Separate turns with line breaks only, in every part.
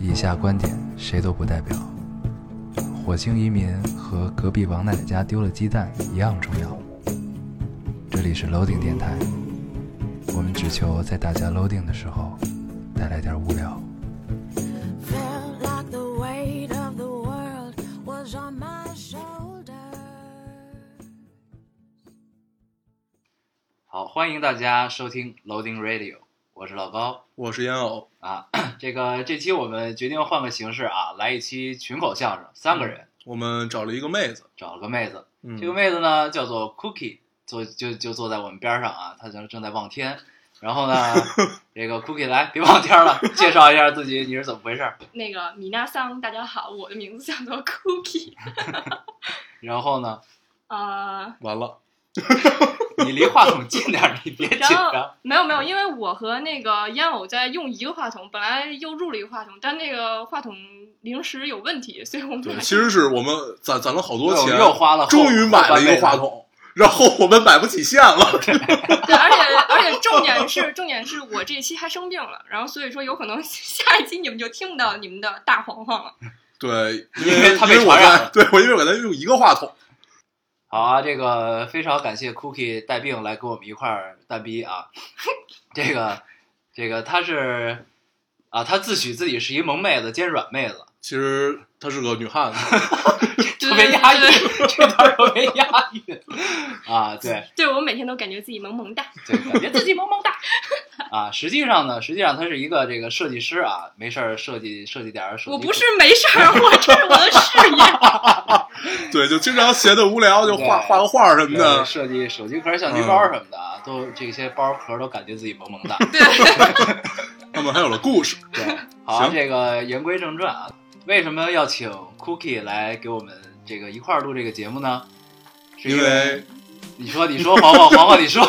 以下观点谁都不代表。火星移民和隔壁王奶奶家丢了鸡蛋一样重要。这里是 Loading 电台，我们只求在大家 Loading 的时候带来点无聊。
Felt like the weight of the world was on my shoulders.
好，欢迎大家收听 Loading Radio，我是老高
我是烟偶，
啊。 这个这期我们决定换个形式啊，来一期群口相声，三个人
我们找了一个妹子，
找了个妹子，
嗯，
这个妹子呢叫做 Cookie，坐就就坐在我们边上啊，她正正在望天。然 后呢，这个 Cookie 来，别望天了，介绍一下自己，你是怎么回事？
那个米娜桑，大家好，我的名字叫做 Cookie，
然后呢，
呃，
完了，
你离话筒近点儿，你别紧
然
张
后。没有没有，因为我和那个烟偶在用一个话筒，本来又入了一个话筒，但那个话筒临时有问题，所以我们
对，
俩
其实是我们攒攒了好多
又
钱，
哎又花了后，
终于买了一个话筒，然后我们买不起线了，
对，而且而且重点是重点是我这期还生病了，然后所以说有可能 下一期你们就听不到你们的大黄黄了。
对，
因
因
为
为
他被
因为我
传染了
在，对我因为我在用一个话筒，
好啊，这个非常感谢 Cookie 带病来跟我们一块儿蛋逼啊， 这个这个她是啊，她自诩自己是一萌妹子兼软妹子，
其实她是个女汉子，
对
特别押韵
对，
这段儿特别押韵啊， 对
对我每天都感觉自己萌萌哒，
对，感觉
自己萌萌哒。
啊，实际上呢，实际上她是一个这个设计师啊，没事儿设计设计点儿手机
我不是没事儿，我这是我的事业。
对，就经常闲的无聊就画
对
画个画什么
对
的，
设计手机壳、相机包什么的啊，都这些包壳都感觉自己萌萌哒。
对。
那么还有了故事，
对， 好，啊
行
这个言归正传啊，为什么要请 Cookie 来给我们这个一块儿录这个节目呢？是
因
为
为
你说，你说，黄黄，黄黄，你 说，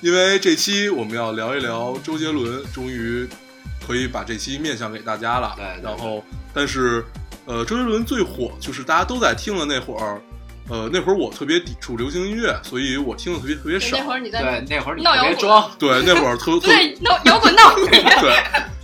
因为这期我们要聊一聊周杰伦，终于可以把这期面向给大家了。
对哎对对
然后，但是，呃，周杰伦最火就是大家都在听的那会儿，呃，那会儿我特别抵触流行音乐，所以我听的特别特别少
哎那。会儿你在
对，那会儿你
闹
特
摇
别
滚
装，
对，那会儿特特
对闹摇滚闹你，
对，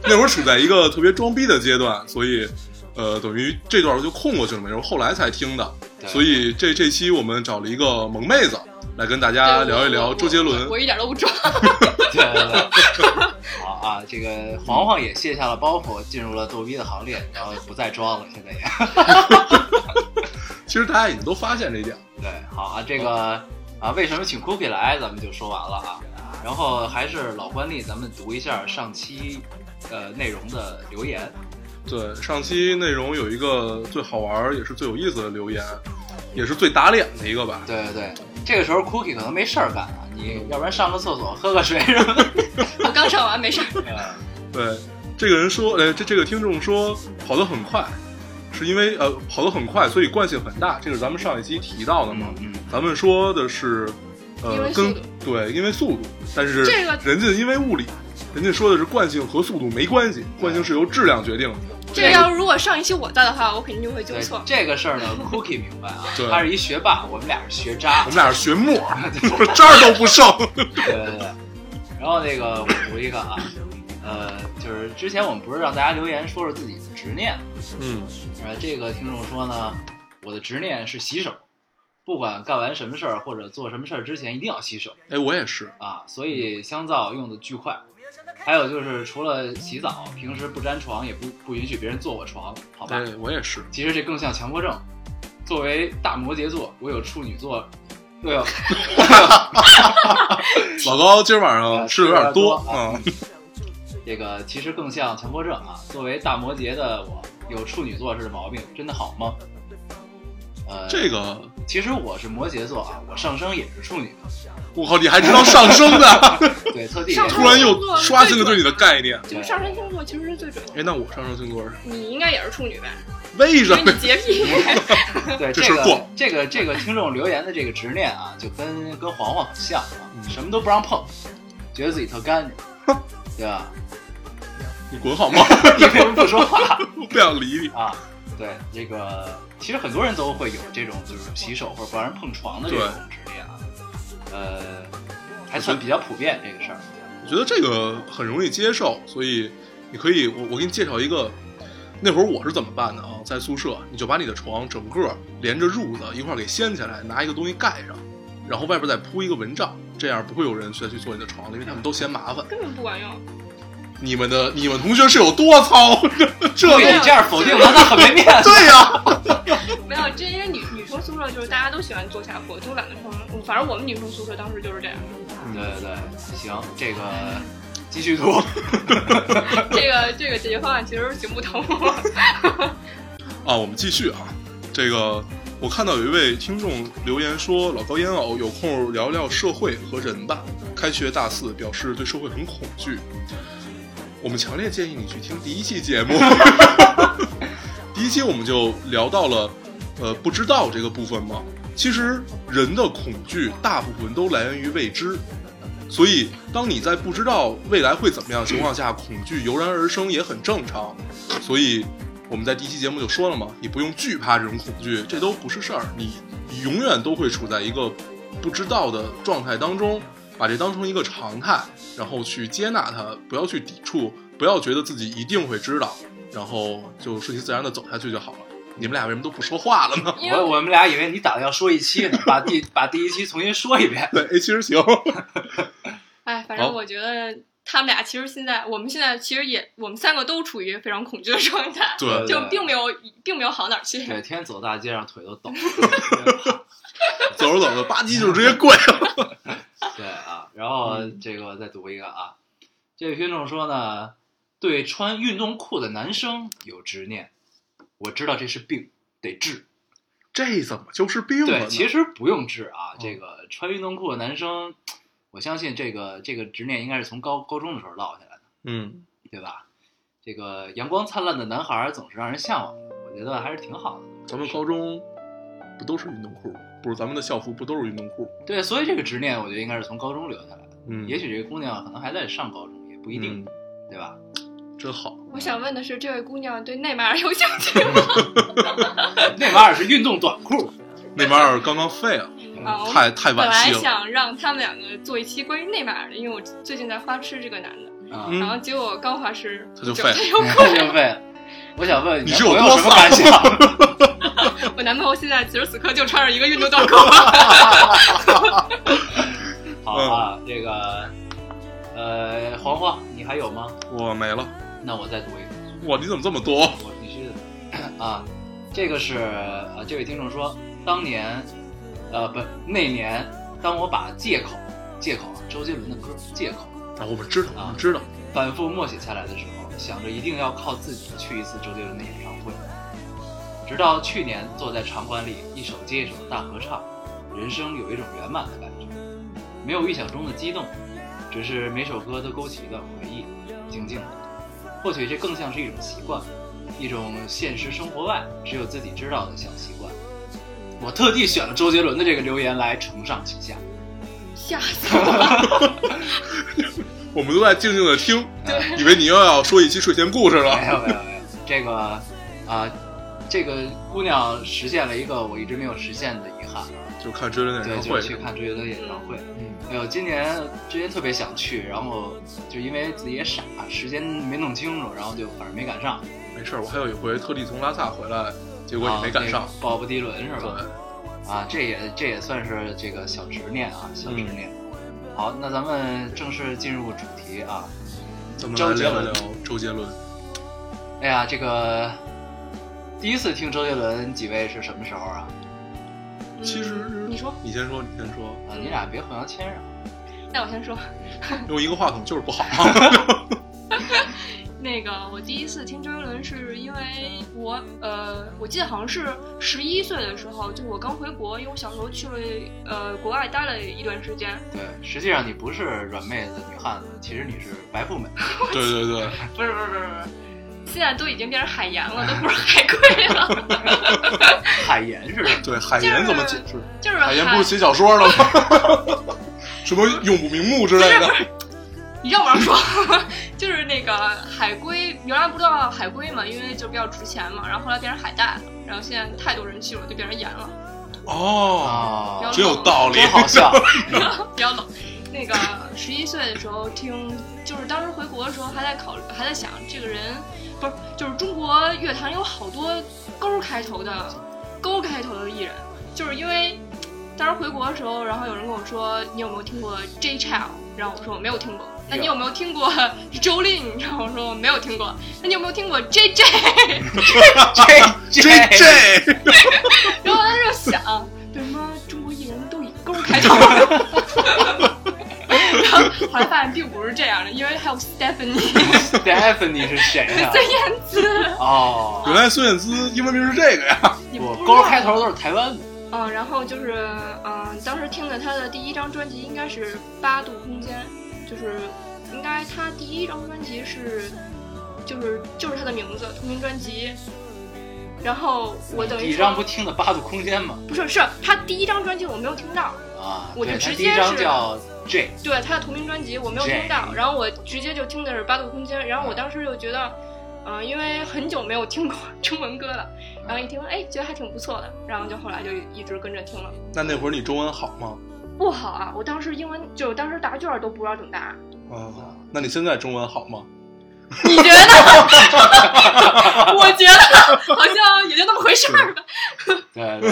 那会儿处在一个特别装逼的阶段，所以，呃，等于这段就空过去了嘛，然后后来才听的。
对
所以这这期我们找了一个萌妹子来跟大家聊一聊周杰伦
我。我一点都不装。
对对对。好啊，这个黄黄也卸下了包袱，进入了逗逼的行列，然后不再装了，现在也。
其实大家已经都发现这一点了。
对，好啊，这个啊，为什么请 Cookie 来，咱们就说完了啊。然后还是老惯例，咱们读一下上期呃内容的留言。
对，上期内容有一个最好玩儿也是最有意思的留言，也是最打脸的一个吧。
对对对，这个时候 Cookie 可能没事儿干啊，你要不然上个厕所喝个水什么的。
我刚上完，没事儿。
呃
对，这个人说，呃，这这个听众说跑得很快，是因为呃跑得很快，所以惯性很大。这个是咱们上一期提到的嘛。
嗯嗯，
咱们说的是，
因
呃，
为
跟
速度
对，因为速度，但是
这个
人家因为物理，人家说的是惯性和速度没关系，惯性是由质量决定的。
这个要如果上一期我在的话，我肯定就会纠
对
错，。
这个事儿呢，Cookie 明白啊
对，
他是一学霸，我们俩是学渣
我。们俩是学沫，这儿 都不剩。
对对对。然后那个我读一个啊，呃，就是之前我们不是让大家留言说说自己的执念吗
嗯，
呃，这个听众说呢，我的执念是洗手，不管干完什么事儿或者做什么事儿之前一定要洗手
哎，我也是，
啊，所以香皂用的巨快。还有就是除了洗澡，平时不沾床，也不不允许别人坐我床，好吧？
哎，我也是。
其实这更像强迫症。作为大摩羯座，我有处女座，又有
老高今儿晚上
啊
吃的有点多
吃得有
啊，
这个其实更像强迫症啊。作为大摩羯的我，有处女座是毛病，真的好吗？呃，
这个
其实我是摩羯座啊，我上升也是处女座，
我靠，你还知道上升 的？
对，特地
上
突然又刷新了对你的概念。
就是上升星座其实是最准的。
哎，那我上升星座是
你应该也是处女呗，
为
因
什
为
么
你？洁 癖。
对
这
这
事儿过
个这个这个听众留言的这个执念啊，就跟跟黄黄很像啊，
嗯
什么都不让碰，觉得自己特干净，对吧？
你滚好吗？
你为什么不说话
不想理你。
啊？对，这个其实很多人都会有这种就是洗手或者不让人碰床的这种执念啊，呃，还算比较普遍这个事儿。
我觉得这个很容易接受，所以你可以，我我给你介绍一个那会儿我是怎么办的啊？在宿舍，你就把你的床整个连着褥子一块儿给掀起来，拿一个东西盖上，然后外边再铺一个蚊帐，这样不会有人再去坐你的床了，因为他们都嫌麻烦。
根本不管用。
你们的你们同学是有多糙？ 这
没
都
有
你这样否定他，他很没面子。
对呀、
没有，这因为女女生宿舍就是大家都喜欢做下活，都懒得穿。我反正我们女生宿舍当时就是这 样。
对对对，行，这个继续读。
这个这个解决方案其实行不通。
啊，我们继续啊，这个我看到有一位听众留言说，老高烟偶有空聊聊社会和人吧。开学大四，表示对社会很恐惧。我们强烈建议你去听第一期节目。 第一期我们就聊到了，呃，不知道这个部分嘛。其实人的恐惧大部分都来源于未知，所以当你在不知道未来会怎么样的情况下，恐惧油然而生也很正常。所以我们在第一期节目就说了嘛，你不用惧怕这种恐惧，这都不是事儿，你你永远都会处在一个不知道的状态当中，把这当成一个常态，然后去接纳它，不要去抵触，不要觉得自己一定会知道，然后就顺其自然的走下去就好了。你们俩为什么都不说话了呢？
因为
我我们俩以为你打算要说一期呢，把第把第一期重新说一遍。
对，哎，其实行，
哎，反
好
正我觉得他们俩其实现在，我们现在其实也，我们三个都处于非常恐惧的状态，
对，
就并没有并没有好哪儿 去。
每天走大街上腿都抖。
走着走着吧唧就直接跪了。
对啊，然后
嗯
这个再读一个啊，这位听众说呢，对穿运动裤的男生有执念，我知道这是病，得治。
这怎么就是哦病了
对，
呢？
其实不用治啊，这个穿运动裤的男生，我相信这个这个执念应该是从高高中的时候落下来的，
嗯，
对吧？这个阳光灿烂的男孩总是让人向往的，我觉得还是挺好的。
咱们高中不都是运动裤吗？不是，咱们的校服不都是运动裤？
对，所以这个执念，我觉得应该是从高中留下来的。
嗯，
也许这个姑娘可能还在上高中，也不一定，对吧？
嗯真好。
我想问的是，这位姑娘对内马尔有兴 趣吗？
内马尔是运动短裤，
内马尔刚刚废了，
啊，我
嗯太太
本来
惋惜了。
想让他们两个做一期关于内马尔的，因为我最近在花痴这个男的，
啊、
嗯
然后结果刚花痴
他就
我
废
他又
太浪费了。我想问
你
男
是
朋
有
友
多
什么
丧
感想？
哎我男朋友现在此时此刻就穿着一个运动 短裤。
好啊，
嗯
这个，呃，黄黄，你还有吗？
我没了，
那我再读一个，
哇，你怎么这么多？啊
我必须的啊。这个是呃，这位听众说，当年，呃，不，那年，当我把《借口》《借口》啊周杰伦的歌《借口》
啊，我们知道，我
啊
们知道，
反复默写下来的时候，想着一定要靠自己去一次周杰伦的演唱会。直到去年坐在场馆里，一首接一首的大合唱，人生有一种圆满的感觉，没有预想中的激动，只是每首歌都勾起一段回忆，静静的。或许这更像是一种习惯，一种现实生活外只有自己知道的小习惯。我特地选了周杰伦的这个留言来承上启下。
吓死我了！
我们都在静静的听，啊以为你又要说一期睡前故事
没
了。
有没有没有，这个啊、这个姑娘实现了一个我一直没有实现的遗憾，
就看追人演
对，
唱
就
嗯会
是，去看周杰伦的演唱会。
嗯
哎呦，今年之前特别想去，然后就因为自己也傻，时间没弄清楚，然后就反正没赶上。
没事儿，我还有一回特地从拉萨回来，结果也没赶上
啊。那个鲍勃迪伦是
对，
吧？啊，这也这也算是这个小执念啊，小执
嗯
念。好，那咱们正式进入主题啊。
咱们
周
来
杰
聊一
伦
聊周杰伦。
哎呀，这个第一次听周杰伦，几位是什么时候啊？
其实
嗯你说，
你先说，你先说，
啊，你俩别混淆谦让。
那我先说，
嗯
用一个话筒就是 不好。
那个我第一次听周杰伦是因为我呃，我记得好像是十一岁的时候，就我刚回国，因为我小时候去了呃国外待了一段时间，
对，实际上你不是软妹子、女汉子，其实你是白富美。
对对对，
不是不是不是不是，现在都已经变成海盐了，都不是海龟了，
海岩是吧？
对海岩怎么解释？
就是
海岩不是写小说了吗？ 什么永不瞑目之类的？
你让不让说？就是那个海龟，原来不知道海龟嘛，因为就比较值钱嘛，然后后来变成海带了，然后现在太多人去了，就变成盐了，
哦，
哦，
真有道理
真。好笑。
比较冷。那个十一岁的时候听就是当时回国的时候还在考虑，还在想这个人不是，就是中国乐坛有好多勾开头的勾开头的艺人，就是因为当时回国的时候，然后有人跟我说你有没有听过 J Child，然后我说我没有听过。那你有没有听过 Jolin？然后我说我没有听过。那你有没有听过 J J？
J
J J，
然后他就想，为什么中国艺人都以勾开头？然后后来发现并不是这样的，因为还有 Stephanie
Stephanie 是谁呀、
孙燕姿，
哦，
原来孙燕姿英文名是这个呀？
你不
我
知道
勾开头都是台湾的，
嗯，然后就是嗯、当时听的他的第一张专辑应该是《八度空间》，就是应该他第一张专辑是，就是就是他的名字同名专辑。然后我等于
第一
说
张不听的《八度空间》吗？
不是是他第一张专辑我没有听到，
啊，
我就
对，他
直
第一
接
张
是
叫 J，
对他的同名专辑我没有听到，然后我直接就听的是《八度空间》，然
嗯
后我当时就觉得，啊、因为很久没有听过 中文歌了，然后一听，哎，觉得还挺不错的，然后就后来就一直跟着听了。
那那会儿你中文好吗？
不好啊，我当时英文就当时答卷都不知道怎么答，
啊，那你现在中文好吗？
你觉得？ 我觉得好像也就那么回事儿吧。
对对。对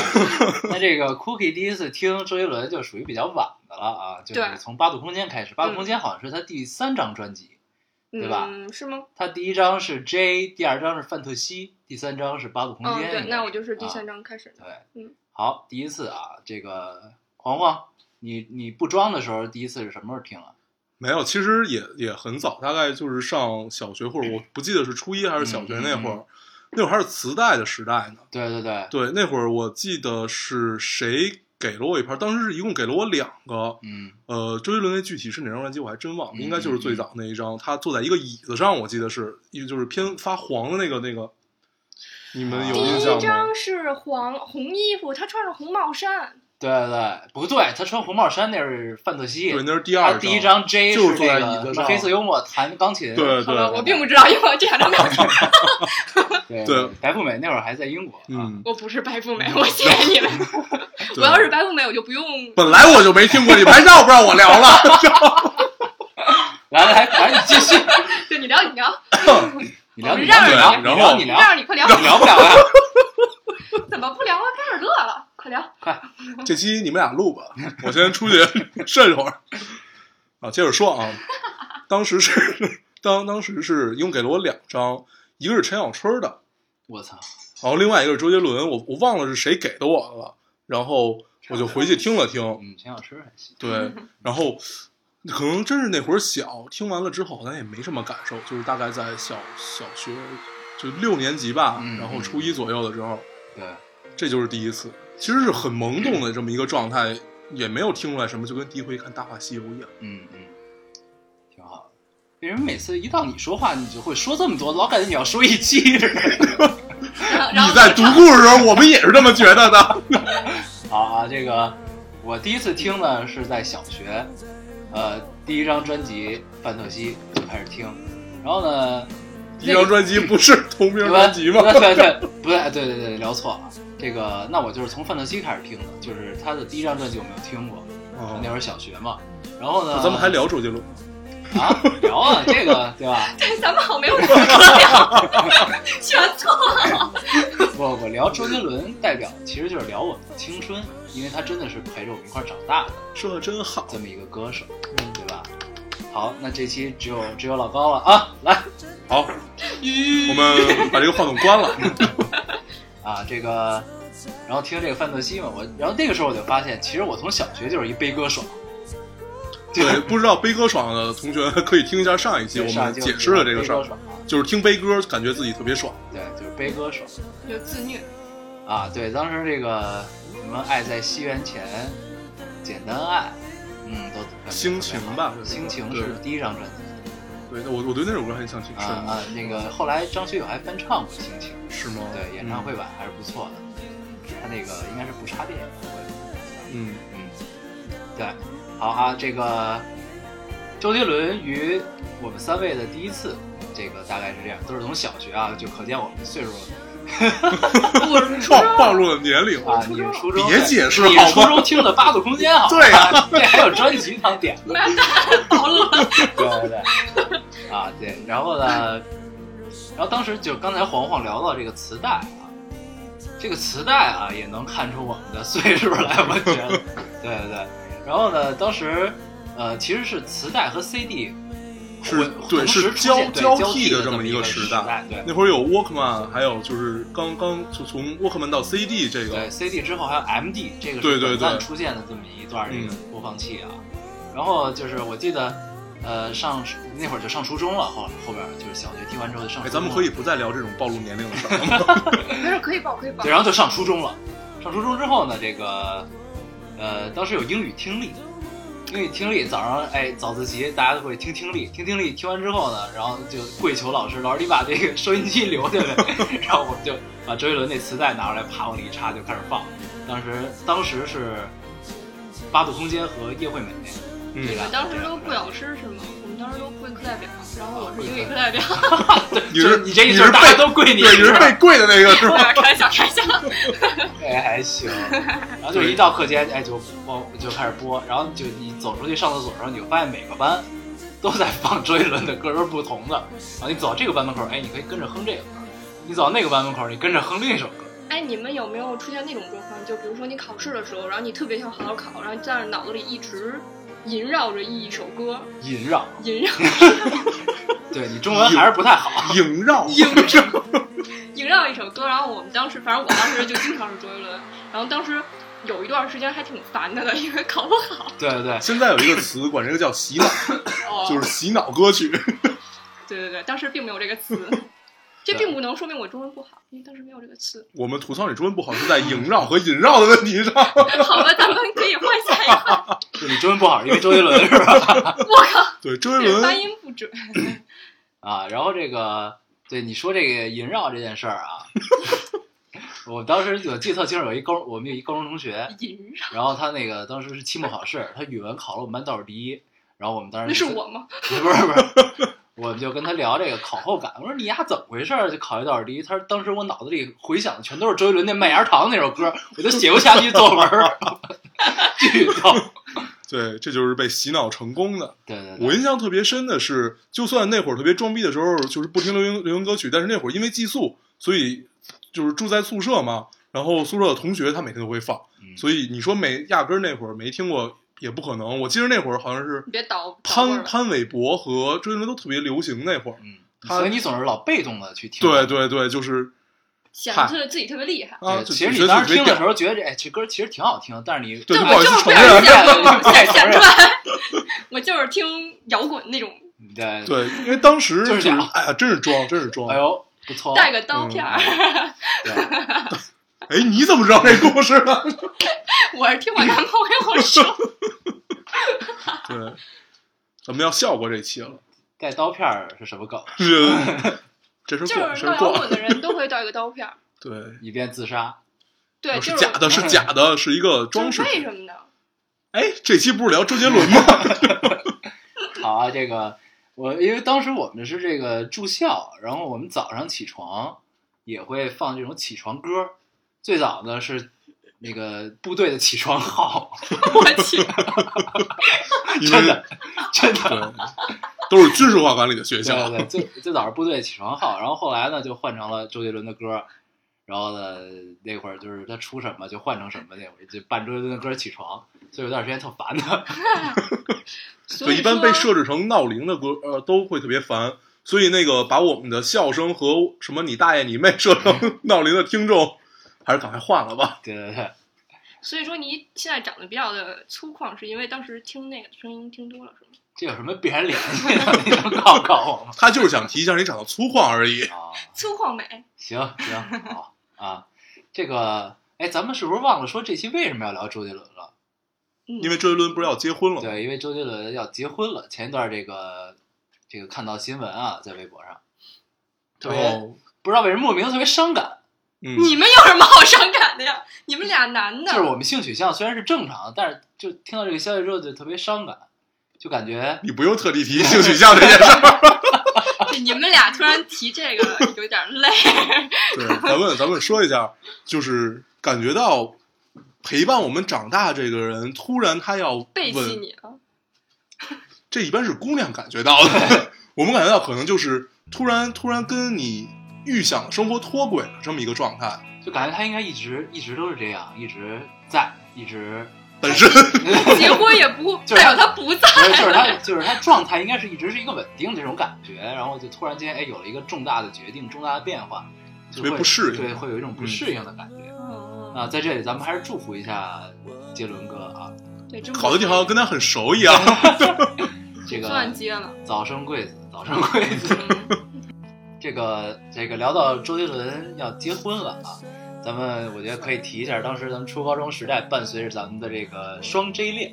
那这个 Cookie 第一次听周杰伦就属于比较晚的了啊，就是
对
从《八度空间》开始，《八度空间》好像是他第三张专辑，对吧
嗯，是吗？
他第一张是 J，第二张是范特西，第三张是《八度空
嗯，
间》
对，
应该
那我就是
啊
第三章开始
啊
的。
对，
嗯
好，第一次啊，这个黄黄，你你不装的时候，第一次是什么时候听啊？
没有，其实也也很早，大概就是上小学或者我不记得是初一还是小学那会儿，那会儿还是磁带的时代呢。
对对对，
对，那会儿我记得是谁给了我一盘，当时是一共给了我两个。
嗯，
呃，周杰伦那具体是哪张专辑我还真忘了，
嗯
应该就是最早那一张，他坐在一个椅子上，我记得是，一就是偏发黄的那个那个，你们有
第
印
一
象吗？
张是黄红衣服，他穿着红帽衫，
对对对，不对，他穿红帽衫那是范特西，
对，那是第二
他第
张。
一张 J
就是坐
那
在
个
椅子上
黑色幽默弹钢琴，
对
好吧，
对，
我并不知道，因为我这两张没有听。
对
对
白富美那会儿还在英国啊，
嗯，
我不是白富美，我谢谢你们。
对
我要是白富美，我就不用。
本来我就没听过，你们还让不让我聊了？
啊来来来，你继续，
对你聊，你聊，
你聊
我
你
们
聊
让
你聊，
聊
着
你
然
聊
后
你
你
聊，
让你快聊，
聊不了啊，
怎么不聊啊？开始乐了，快聊。
这期你们俩录吧，我先出去睡一会儿。啊，接着说啊，当时是 当当时是一共给了我两张，一个是陈小春的，
我操，
然后另外一个是周杰伦，我我忘了是谁给的我了，然后我就回去听了听，
嗯，陈小春还行，
对，然后可能真是那会儿小，听完了之后咱也没什么感受，就是大概在小小学就六年级吧
嗯，
然后初一左右的时候，
对，
这就是第一次，其实是很懵懂的这么一个状态，也没有听出来什么，就跟第一回看《大话西游》一样。
嗯嗯，挺好的。为什么每次一到你说话，你就会说这么多，老感觉你要说一期似的？
然后然后
你在读故事的时候，我们也是这么觉得的。
啊，这个我第一次听呢是在小学，呃，第一张专辑《范特西》就开始听，然后呢，
一张专辑不是同名专辑吗？
对对对，不对，对对对，聊错了。这个，那我就是从范特西开始听的，就是他的第一张专辑我没有听过，那
哦
会儿小学嘛。然后呢，
咱们还聊周杰伦，
啊聊啊，这个对吧？
哎咱们好没有什么可聊，全错了。
我我聊周杰伦代表其实就是聊我们的青春，因为他真的是陪着我们一块儿长大的
说的真好。
这么一个歌手，对吧？好，那这期只有只有老高了啊，来
好，我们把这个话筒关了。
啊这个，然后听这个范特西嘛，我然后那个时候我就发现，其实我从小学就是一悲歌手，
对，不知道悲歌爽的同学可以听一下上一期，我们解释了这
悲歌
个事儿，
手啊，
就是听悲歌感觉自己特别爽。
对，就是悲歌手
有自虐，
啊，对，当时这个什么爱在西元前，简单爱，嗯，都感觉特别好
心情吧
心情
对
是第一张专辑。
对，那我我对那首歌还印象挺
啊
深的，
啊，那个后来张学友还翻唱过《心情
是吗》，？
对，演唱会版还是不错的。他那个应该是不插电演唱会吧，
嗯，
嗯，对，好啊，这个周杰伦与我们三位的第一次，这个大概是这样，都是从小学啊，就可见我们岁数
嗯，暴暴露了年龄。
啊，你是初中，
别解释
你
好
是初
吗
中听的《八度空间》好，
对啊，
这还有专辑当点，
妈蛋，暴露了。
对对对，啊，对，然后呢，然后当时就刚才黄黄聊到这个磁带啊，这个磁带啊也能看出我们的岁数来，我觉得，对对对。然后呢，当时呃其实是磁带和 CD
是
混
对
同时
是
出
交
现对
交
交
替的
的
这么
么
一个
个
时代
代，对
那会儿有 Walkman，还有就是刚刚就从 Walkman 到 CD 这个
对 CD 之后还有 MD，这个
对
是
对
短暂
对
出现的这么一段这个
嗯
播放器啊。然后就是我记得，呃，上那会儿就上初中了，后后边就是小学听完之后就上初中了。
哎，咱们可以不再聊这种暴露年龄的事儿了吗？
没事，可以报，可以报
对，。然后就上初中了。上初中之后呢，这个呃，当时有英语听力，英语听力早上哎早自习大家都会听听力，听听力听完之后呢，然后就跪求老师，老师你把这个收音机留下来， 然后我们就把周杰伦那磁带拿出来，啪往里一插就开始放。当时当时是八度空间和叶惠美，
嗯
对吧？
当时都 贵
了。
老师是吗？我们当时都贵课代表，然后我是英语课代表。
你
就是是你这一
你
阵
是
儿大家
被
都跪你，
对，你是
吧
被跪的那个是
开
吧？
玩笑，开玩笑，开玩笑。
哎，还行。然后就一到课间，哎，就播就开始播，然后就你走出去上厕所，然后你就发现每个班都在放周杰伦的歌，都是不同的。然后你走到这个班门口，哎，你可以跟着哼这个歌；你走到那个班门口，你跟着哼另一首歌。
哎，你们有没有出现那种状况？就比如说你考试的时候，然后你特别想好好考，然后但是脑子里一直萦绕着一首歌，
萦绕，
萦绕
对你中文还是不太好。
萦绕，
萦绕一首歌。然后我们当时，反正我当时就经常是周杰伦。然后当时有一段时间还挺烦他的，因为考不 好。
对对对，
现在有一个词管这个叫洗脑，
哦，
就是洗脑歌曲。
对对对，当时并没有这个 词，这并不能说明我中文不好，因为当时没有这个词。
我们吐槽你中文不好是在萦绕和引绕的问题上。
好吧，咱们可以换下一个。
就你中文不好是因为周杰伦是吧？
我靠，
对，周杰
这发
伦
音不准。
啊，然后这个对你说这个萦绕这件事儿啊，我当时我记得特清楚，有一高我们有一高中同学，
萦绕，
然后他那个当时是期末考试，他语文考了我们班倒数第一，然后我们当时
那是
就
我吗？
不是不 是不是，我们就跟他聊这个考后感，我说你丫怎么回事儿？就考一倒数第一，他说当时我脑子里回想的全都是周杰伦那《麦芽糖》那首歌，我都写不下去作文儿， 巨逗。
对，这就是被洗脑成功的。
对对对，
我印象特别深的是，就算那会儿特别装逼的时候，就是不听流行流行歌曲，但是那会儿因为寄宿，所以就是住在宿舍嘛，然后宿舍的同学他每天都会放，
嗯
所以你说没压根儿那会儿没听过也不可能。我记得那会儿好像是
你别捣捣味儿
潘
了
潘玮柏和周杰伦都特别流行那会儿，
嗯，
他
所以你总是老被动的去听。
对对对，就是
显
嗨
得自己特别厉害。
啊，
对
就
其实
觉
你
得
当
自
时
己
听的
被
时候觉得，哎，这歌其实挺好听，但是你
对，
但
不
我
好意
就
思
是
承
不小
认
心。显
哎
显
承
显
认
出来，我就是听摇滚那种
对，
对，因为当时
就是
是
这样
哎呀，真是装，真是装。
哎呦不
哦
错，
带个刀片儿。
嗯
对，
哎，你怎么知道这故事 呢？
我是 听我男朋 友说，
对，咱们要笑过这期了，
带刀片儿是什么梗？
是这是
就
过，这
是
是
闹摇
过
滚，的人都会带个刀片儿。
对，
以便自杀。
对，
是
就是
假的，是假的，是一个装
就
饰。
是为什 么呢？
哎，这期不是聊周杰伦吗？
好啊，这个我因为当时我们是这个住校，然后我们早上起床也会放这种起床歌儿。最早呢是那个部队的起床号，
我 去，
因为
真的真的，
对，都是军事化管理的学
对
校。
对，最最早是部队起床号，然后后来呢就换成了周杰伦的歌儿，然后呢那会儿就是他出什么就换成什么，那会儿就伴周杰伦的歌儿起床，所以有段时间特烦他。
所
对，
以
一般被
说
设置成闹铃的歌，呃，都会特别烦。所以那个把我们的笑声和什么你大爷你妹设成 闹铃的听众，还是赶快换了吧。
对对对，
所以说你现在长得比较的粗犷，是因为当时听那个声音听多了，是吗？
这有什么必然联系呢？ 你能告告我吗？
他就是想提一下你长得粗犷而已。
啊。
粗犷美，
行行，好啊，这个哎，咱们是不是忘了说这期为什么要聊周杰伦了？
嗯，
因为周杰伦不是要结婚了吗？
对，因为周杰伦要结婚了。前一段这个这个看到新闻啊，在微博上，特
然
别、
后，
不知道为什么莫名的特别伤感。
嗯，
你们有什么好伤感的呀？你们俩男的，
就是我们性取向虽然是正常的，但是就听到这个消息之后就特别伤感，就感觉
你不用特地提性取向这件事儿。
你们俩突然提 这个有点累。
对，咱们咱们说一下，就是感觉到陪伴我们长大这个人，突然他要
背弃
稳，
你了，
这一般是姑娘感觉到的。 我们感觉到可能就是突然突然跟你预想的生活脱轨了这么一个状态，
就感觉他应该一直一直都是这样，一直在，一直
本身
结婚也不
就是
代表他不在
不是就是他
了。
就是他状态应该是一直是一个稳定的这种感觉，然后就突然间哎有了一个重大的决定，重大的变化，就
特
会
别不适应嗯
对，会有一种不适应的感觉。啊，在这里咱们还是祝福一下杰伦哥啊，
对，真不
好的地方跟他很熟一样。
这
算
个
接 了。嗯
早生贵子，早生贵子。这个这个聊到周杰伦要结婚了啊，咱们我觉得可以提一下，当时咱们初高中时代伴随着咱们的这个双 J 恋，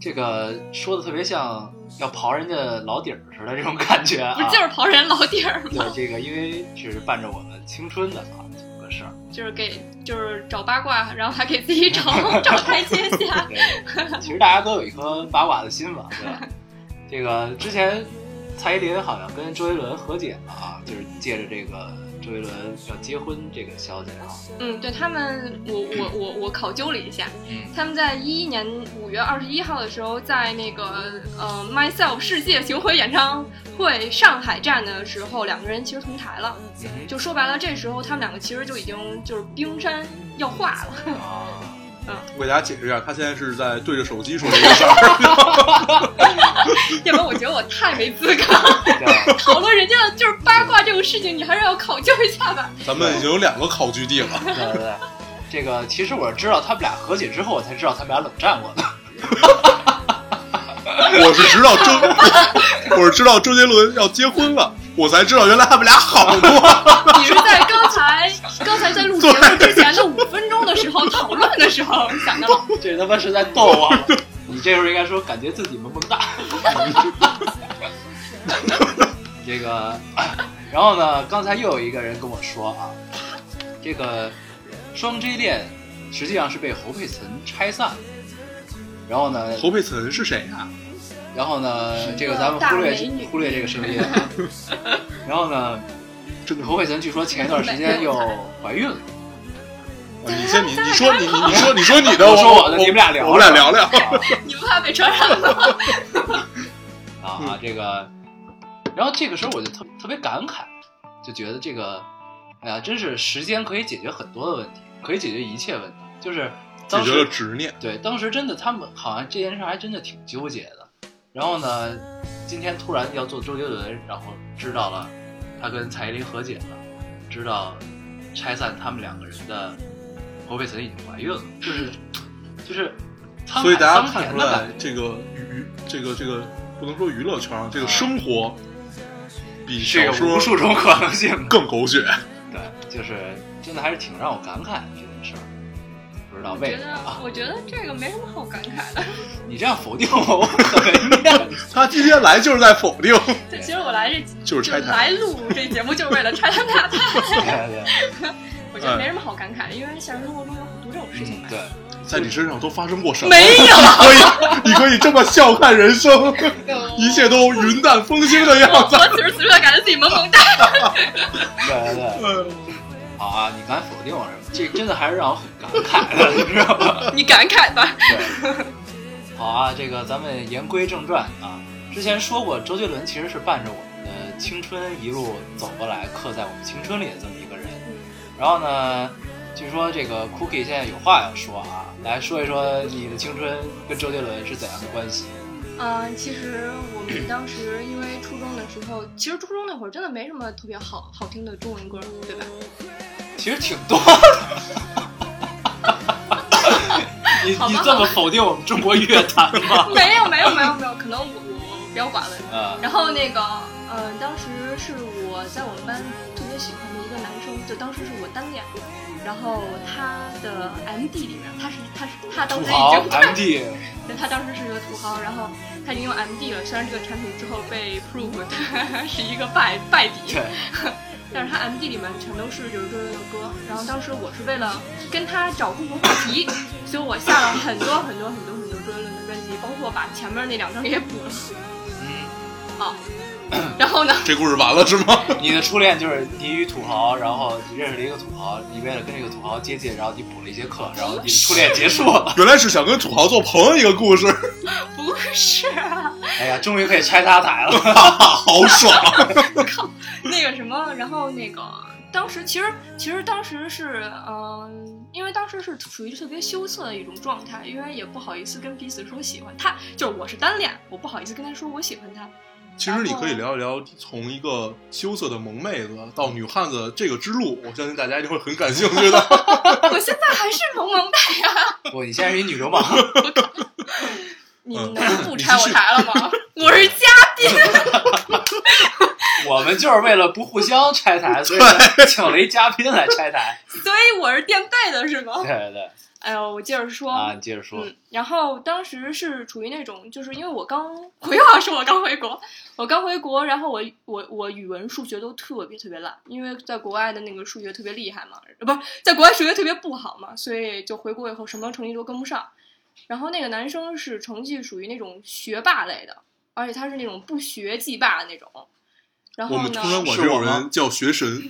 这个说的特别像要刨人家老底儿似的这种感觉啊，
不就是刨人老底 儿吗？
对这个，因为是伴着我们青春的啊这么个事儿，
就是给就是找八卦，然后还给自己 找找台阶下。
对，其实大家都有一颗八卦的心嘛，对吧？这个之前蔡依林好像跟周杰伦和解了啊，就是借着这个周杰伦要结婚这个消息啊，
嗯，对他们，我我我我考究了一下，
嗯
他们在一一年五月二十一号的时候，在那个呃 Myself 世界巡回演唱会上海站的时候，两个人其实同台了。就说白了，这时候他们两个其实就已经就是冰山要化了。
啊，
我给大家解释一下，他现在是在对着手机说这个事儿。
要不然我觉得我太没资 格
对
讨论人家的就是八卦这种事情，你还是要考究一下吧。
咱们已经有两个考据地了，
对对对，这个其实我知道他们俩和解之后，我才知道他们俩冷战过的。
我是知道周，我是知道周杰伦要结婚了，我才知道原来他们俩好过。
你是在刚才刚才在录节目之前的五分钟的时候讨论的时候想到了，
这他妈是在逗 我！你这时候应该说，感觉自己萌萌哒。这个，然后呢，刚才又有一个人跟我说啊，这个双 J 恋实际上是被侯佩岑拆散的。然后呢，
侯佩岑是谁啊呀、
然后呢，这个咱们
大
忽略
美女
忽略这个声 音。然后呢，
真的
侯佩岑据说前一段时间又怀孕了。
啊你先你你说你你你说你说你的，
我说
我
我的你们俩聊
我们俩聊聊。
你不怕被传染吗？
嗯
啊，这个，然后这个时候我就特特别感慨，就觉得这个，哎呀，真是时间可以解决很多的问题，可以解决一切问题。就是
解
当
决了
时
执念，
对当时真的他们好像这件事还真的挺纠结的。然后呢，今天突然要做周杰伦，然后知道了他跟蔡依林和解了，知道拆散他们两个人的侯佩岑已经怀孕了，就是就是沧海
所以大家
桑田
看出
的感
来
觉
这个娱这个这个不能说娱乐圈，啊，这个生活比
是
小
有
说
无数种可能性的。
更狗血。
对，就是真的还是挺让我感慨的这件事儿，不知道
我
为
觉
什么
得
啊。
我觉得这个没什么好感慨 的。
你这样否定我，我很没面 子。
他今天来就是在否定，
就其实我来这
就是
就
拆台。
来录这节目就是为了拆他大
对
台，
对
我觉得
嗯
没什么好感慨的，因为现实生活中有很多这种事情吧。
对，
在你身上都发生过什么？
没 有，
你可以，你可以这么笑看人生，一切都云淡风轻的
我
样子。
我此时此刻感觉自己萌 萌哒。
对对对，
呃
好啊！你敢否定我是吧？这真的还是让我很感慨的，你知道吗？
你感慨吧，
对，好啊，这个咱们言归正传啊。之前说过，周杰伦其实是伴着我们的青春一路走过来，刻在我们青春里的这么一个人。然后呢，据说这个 Cookie 现在有话要说啊，来说一说你的青春跟周杰伦是怎样的关系？
嗯，其实我们当时因为初中的时候，其实初中那会儿真的没什么特别好好听的中文歌，对吧？
其实挺多的。 你
好吧
你这么否定我们中国乐坛 吗？
没有没有没有没有，可能我我我比较寡闻。
啊，
然后那个，呃，当时是我在我们班特别喜欢的一个男生，就当时是我单恋，然后他的 M D 里面，他是他是他当
土
时已
豪
经
MD，
对，他当时是一个土豪，然后他已经用 M D 了，虽然这个产品之后被 proved 是一个败败笔
对，，
但是他 M D 里面全都是就是周杰伦的歌，然后当时我是为了跟他找共同话题，所以我下了很多很多很多很多周杰伦的专辑，包括把前面那两张也补了。
嗯，
啊， 然 后呢，
这故事完了是吗？
你的初恋就是你与土豪，然后你认识了一个土豪，你为了跟这个土豪接近，然后你补了一节课，然后你的初恋结束了。
原来是想跟土豪做朋友一个故事，
不是、啊、
哎呀，终于可以拆他台了。
好爽！啊
那个什么，然后那个当时其实其实当时是嗯、呃因为当时是处于特别羞涩的一种状态，因为也不好意思跟彼此说喜欢他，就是我是单恋，我不好意思跟他说我喜欢他。
其实你可以聊一聊从一个羞涩的萌妹子到女汉子这个之路，我相信大家一定会很感兴 趣的。
我现在还是萌萌的，
不，你现在是一女流氓。
你
嗯
能不
你
拆
继
我
续
台 了吗？我是嘉宾。
我们就是为了不互相拆台，所以呢请了一嘉宾来拆 台。
所以我是垫背的是吗
对？对对，
哎呦，我接着说。
啊，你接着说。
嗯，然后当时是处于那种，就是因为我刚，我又要说我刚回国，我刚回国，然后我我我语文、数学都特别特别烂，因为在国外的那个数学特别厉害嘛，呃不是在国外数学特别不好嘛，所以就回国以后什么成绩都跟不上。然后那个男生是成绩属于那种学霸类的，而且他是那种不学即霸的那种。然
我
后
们
呢
通，常管这
是我
种
吗
人叫学神，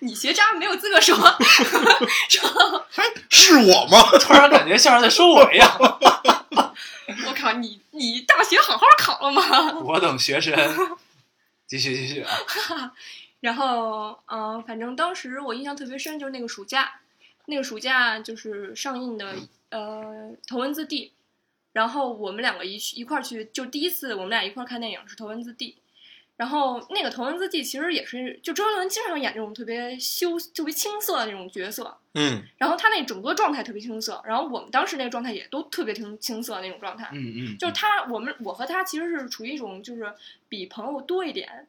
你学渣没有资格说。 然后
是我吗？
突然感觉像是在说我一样。
我靠，你你大学好好考了吗？
我等学神。继续继续啊！
然后，嗯、反正当时我印象特别深，就是那个暑假，那个暑假就是上映的呃《头文字 D》，然后我们两个一去一块儿去，就第一次我们俩一块儿看电影是《头文字 D》，然后那个《头文字 D》其实也是，就周杰伦经常演这种特别羞、特别青涩的那种角色，
嗯，
然后他那整个状态特别青涩，然后我们当时那个状态也都特别青青涩的那种状态，
嗯嗯，
就是他我们我和他其实是处于一种就是比朋友多一点，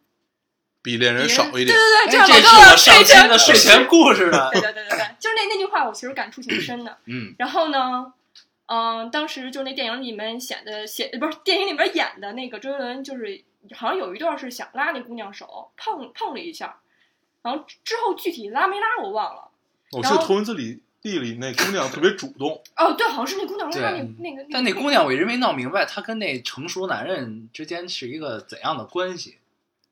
比恋人少一点
对。对
哎
对，
这
样老
是
高
我
老师
上期的睡
睡
前故事 呢。
对对对对对，就是那那句话，我其实感触挺深的。
嗯，
然后呢，嗯、当时就那电影里面显的写不是电影里面演的那个周杰伦，就是好像有一段是想拉那姑娘手，碰碰了一下，然后之后具体拉没拉我忘了。
我记得《头文字 D》地里那姑娘特别主动，
哦，对，好像是那姑娘拉那
对
那个，
但那姑娘我一直没闹明白，她跟那成熟男人之间是一个怎样的关系？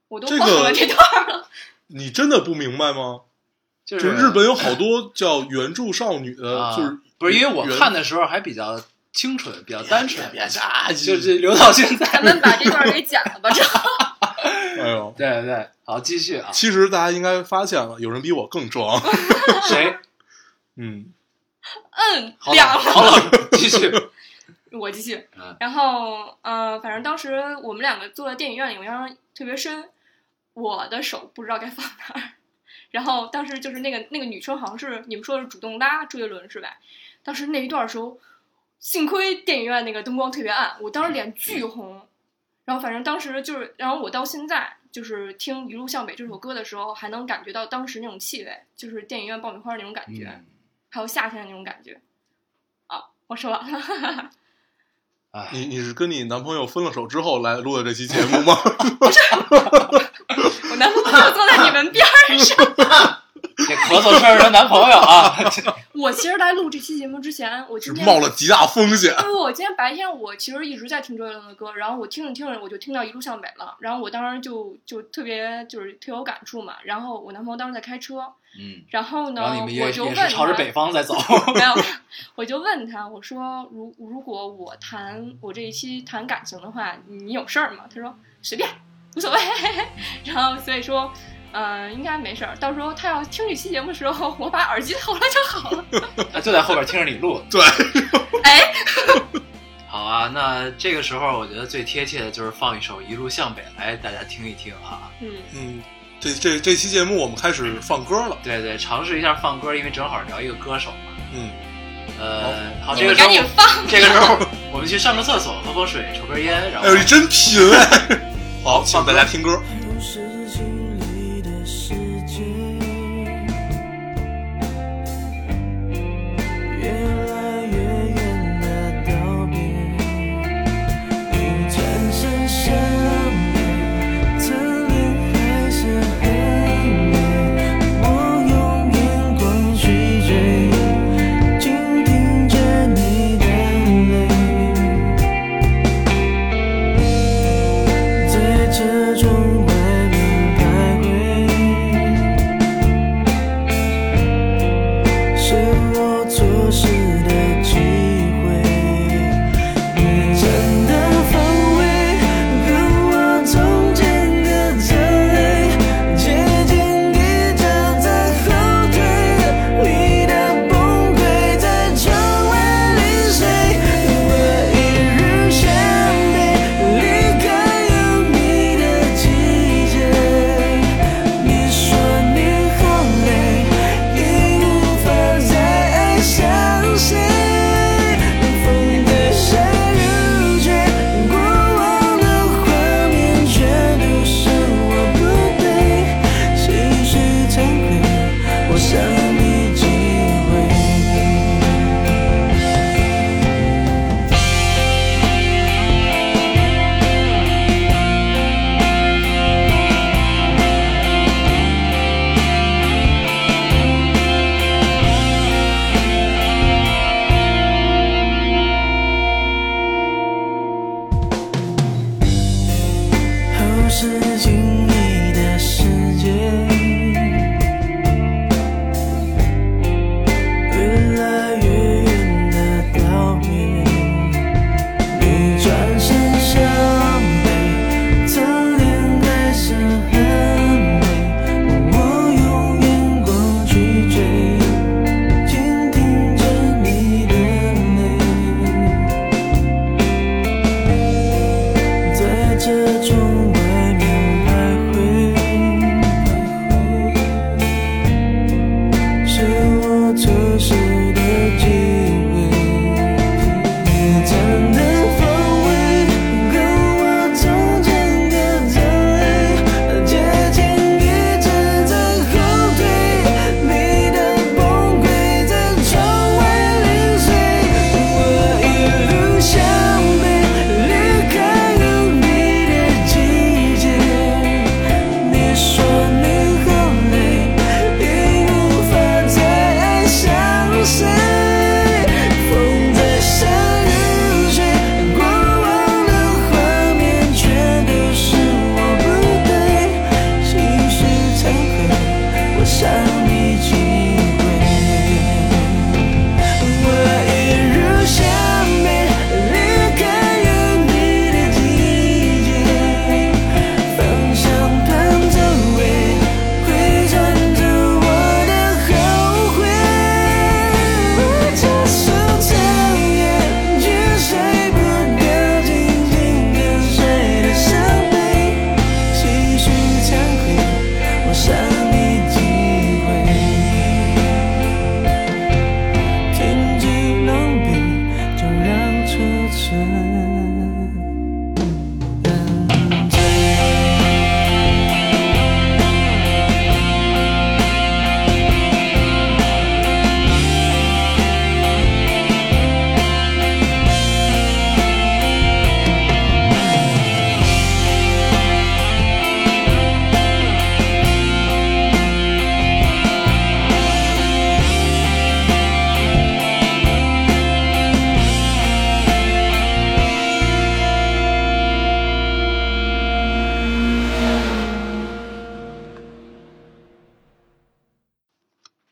我都
这
忘了
个
这段儿了。
你真的不明白吗？
就
就是是日本有好多叫原著少女的，
啊，
就是
不是因为我
原
看的时候还比较清纯，比较单纯，
别瞎
就是留到现在。
咱们把这段儿给剪了吧，这样
哎呦，
对对对，好，继续啊。
其实大家应该发现了，有人比我更装。
谁？
嗯，
嗯
郝
两
老
了。
郝老师，继续。
我继续
嗯，
然后呃，反正当时我们两个坐在电影院里，我印象特别深，我的手不知道该放哪儿。然后当时就是那个那个女生好像是你们说的是主动拉周杰伦是吧？当时那一段儿时候，幸亏电影院那个灯光特别暗，我当时脸巨红。然后反正当时就是，然后我到现在就是听《一路向北》这首歌的时候，还能感觉到当时那种气味，就是电影院爆米花那种感觉，
嗯，
还有夏天的那种感觉。啊，我说完了。
哎，
你你是跟你男朋友分了手之后来录的这期节目 吗？
我男朋友坐在你们 边儿上。
这咳嗽声儿她男朋友啊，
我其实来录这期节目之前，我
是
今天
冒了极大风险。
不，我今天白天我其实一直在听周杰伦的歌，然后我听着听着我就听到《一路向北》了，然后我当时就就特别就是特有感触嘛。然后我男朋友当时在开车，
嗯，
然后
然后
呢，
你们也
我就
也
问
是
他，
朝着北方在走。
没有，我就问他，我说如如果我谈我这一期谈感情的话，你有事儿吗？他说随便，无所谓。 然后所以说，嗯、应该没事儿。到时候他要听这期节目的时候，我把耳机投了就好 了。
他哎就在后边听着你录。
对，
哎，
好啊，那这个时候我觉得最贴切的就是放一首《一路向北》来大家听一听啊。
嗯，
嗯，这这这期节目我们开始放歌了。
对对，尝试一下放歌，因为正好聊一个歌手嘛。
嗯，
呃，好，
你
这个
们
时
哦赶
候
紧放。
这个时候我们去上个厕所，喝口水，抽根烟，然
哎
后
呦，你真贫哎！好，请大家听歌。
都是经历的世界，越来越远的道别，你转身向北，侧脸还是很美，我用眼光去追，倾听着你的泪。在这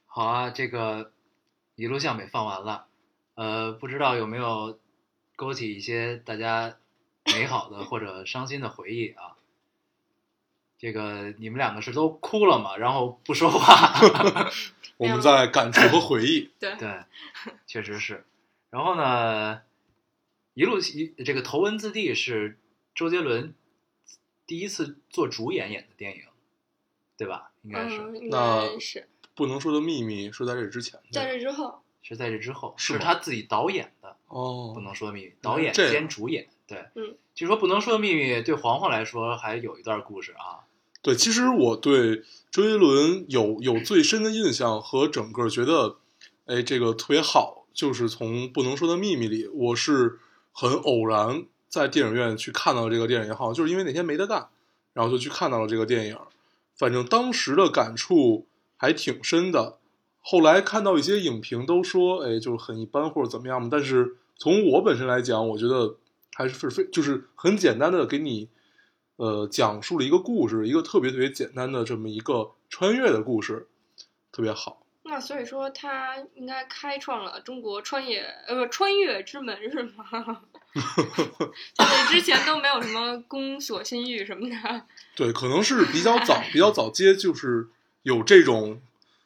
好啊，这个一路向北放完了，呃，不知道有没有勾起一些大家美好的或者伤心的回忆啊？这个你们两个是都哭了嘛？然后不说 话，
我们在感触和回忆，
对，
对，确实是。然后呢，一路一这个《头文字 D》是周杰伦第一次做主演演的电影，对吧？应该是、
嗯，应
那
该是
不能说的秘密是在这之前的。
在这之后，
是在这之后，
是
是
吗
他自己导演的。
哦
不，能说的秘密，导演
这样
兼主演。对，
嗯，
据说不能说的秘密对黄黄来说还有一段故事啊。
对，其实我对周杰伦有有最深的印象和整个觉得，哎，这个特别好，就是从《不能说的秘密》里，我是很偶然在电影院去看到这个电影，好像就是因为那天没得干，然后就去看到了这个电影。反正当时的感触还挺深的。后来看到一些影评都说，哎，就是很一般或者怎么样嘛。但是从我本身来讲，我觉得还是非就是很简单的给你，呃，讲述了一个故事，一个特别特别简单的这么一个穿越的故事，特别好。
那所以说他应该开创了中国穿越呃不穿越之门是吗？就是之前都没有什么宫锁心玉什么的，
对，可能是比较早，比较早接，就是有这种，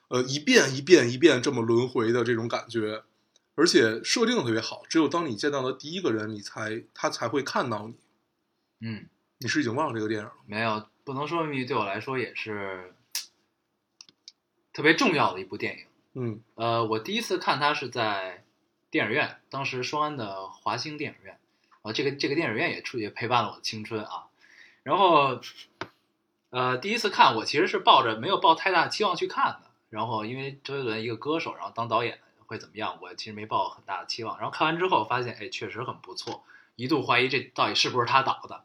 呃，一遍一遍一遍这么轮回的这种感觉，而且设定得特别好。只有当你见到的第一个人，你才他才会看到你。
嗯，
你是已经忘了这个电影了？
没有，不能说的秘密对我来说也是特别重要的一部电影。
嗯
呃，我第一次看它是在电影院，当时双安的华星电影院。啊，这个这个电影院也出也陪伴了我的青春啊。然后，呃，第一次看我其实是抱着没有抱太大期望去看的。然后因为周杰伦一个歌手，然后当导演会怎么样，我其实没抱很大的期望。然后看完之后发现，哎，确实很不错，一度怀疑这到底是不是他导的。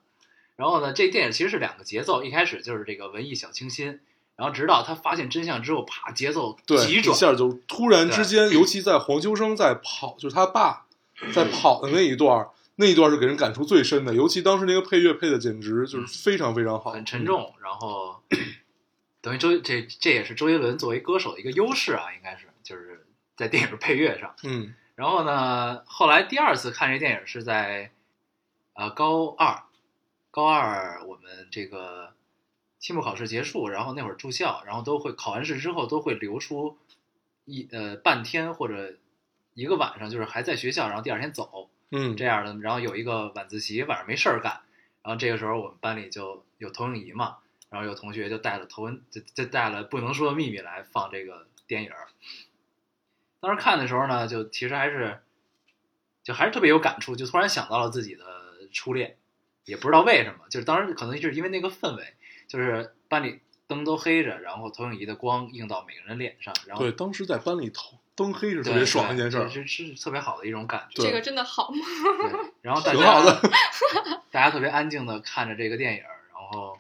然后呢，这电影其实是两个节奏，一开始就是这个文艺小清新，然后直到他发现真相之后，啪，节奏
对，
急
一
转，
下就突然之间，尤其在黄秋生在跑，就是他爸
嗯
在跑的那一段儿，那一段儿是给人感触最深的。尤其当时那个配乐配的简直就是非常非常好，
嗯很沉重，然后等于周这这也是周杰伦作为歌手的一个优势啊，应该是就是在电影配乐上。
嗯。
然后呢，后来第二次看这电影是在呃高二，高二我们这个期末考试结束，然后那会儿住校，然后都会考完试之后都会留出一呃半天或者一个晚上，就是还在学校，然后第二天走，
嗯，嗯
这样的，然后有一个晚自习，晚上没事儿干，然后这个时候我们班里就有投影仪嘛，然后有同学就带了投文，就就带了《不能说的秘密》来放这个电影儿。当时看的时候呢，就其实还是，就还是特别有感触，就突然想到了自己的初恋，也不知道为什么，就是当时可能就是因为那个氛围，就是班里灯都黑着，然后投影仪的光映到每个人脸上，然后
对，当时在班里头灯黑是特
对
别爽的一
对
件事儿。
是是是特别好的一种感觉。
对
这个真的好吗？
对，然后大
挺好
家
的
大家特别安静的看着这个电影儿，然后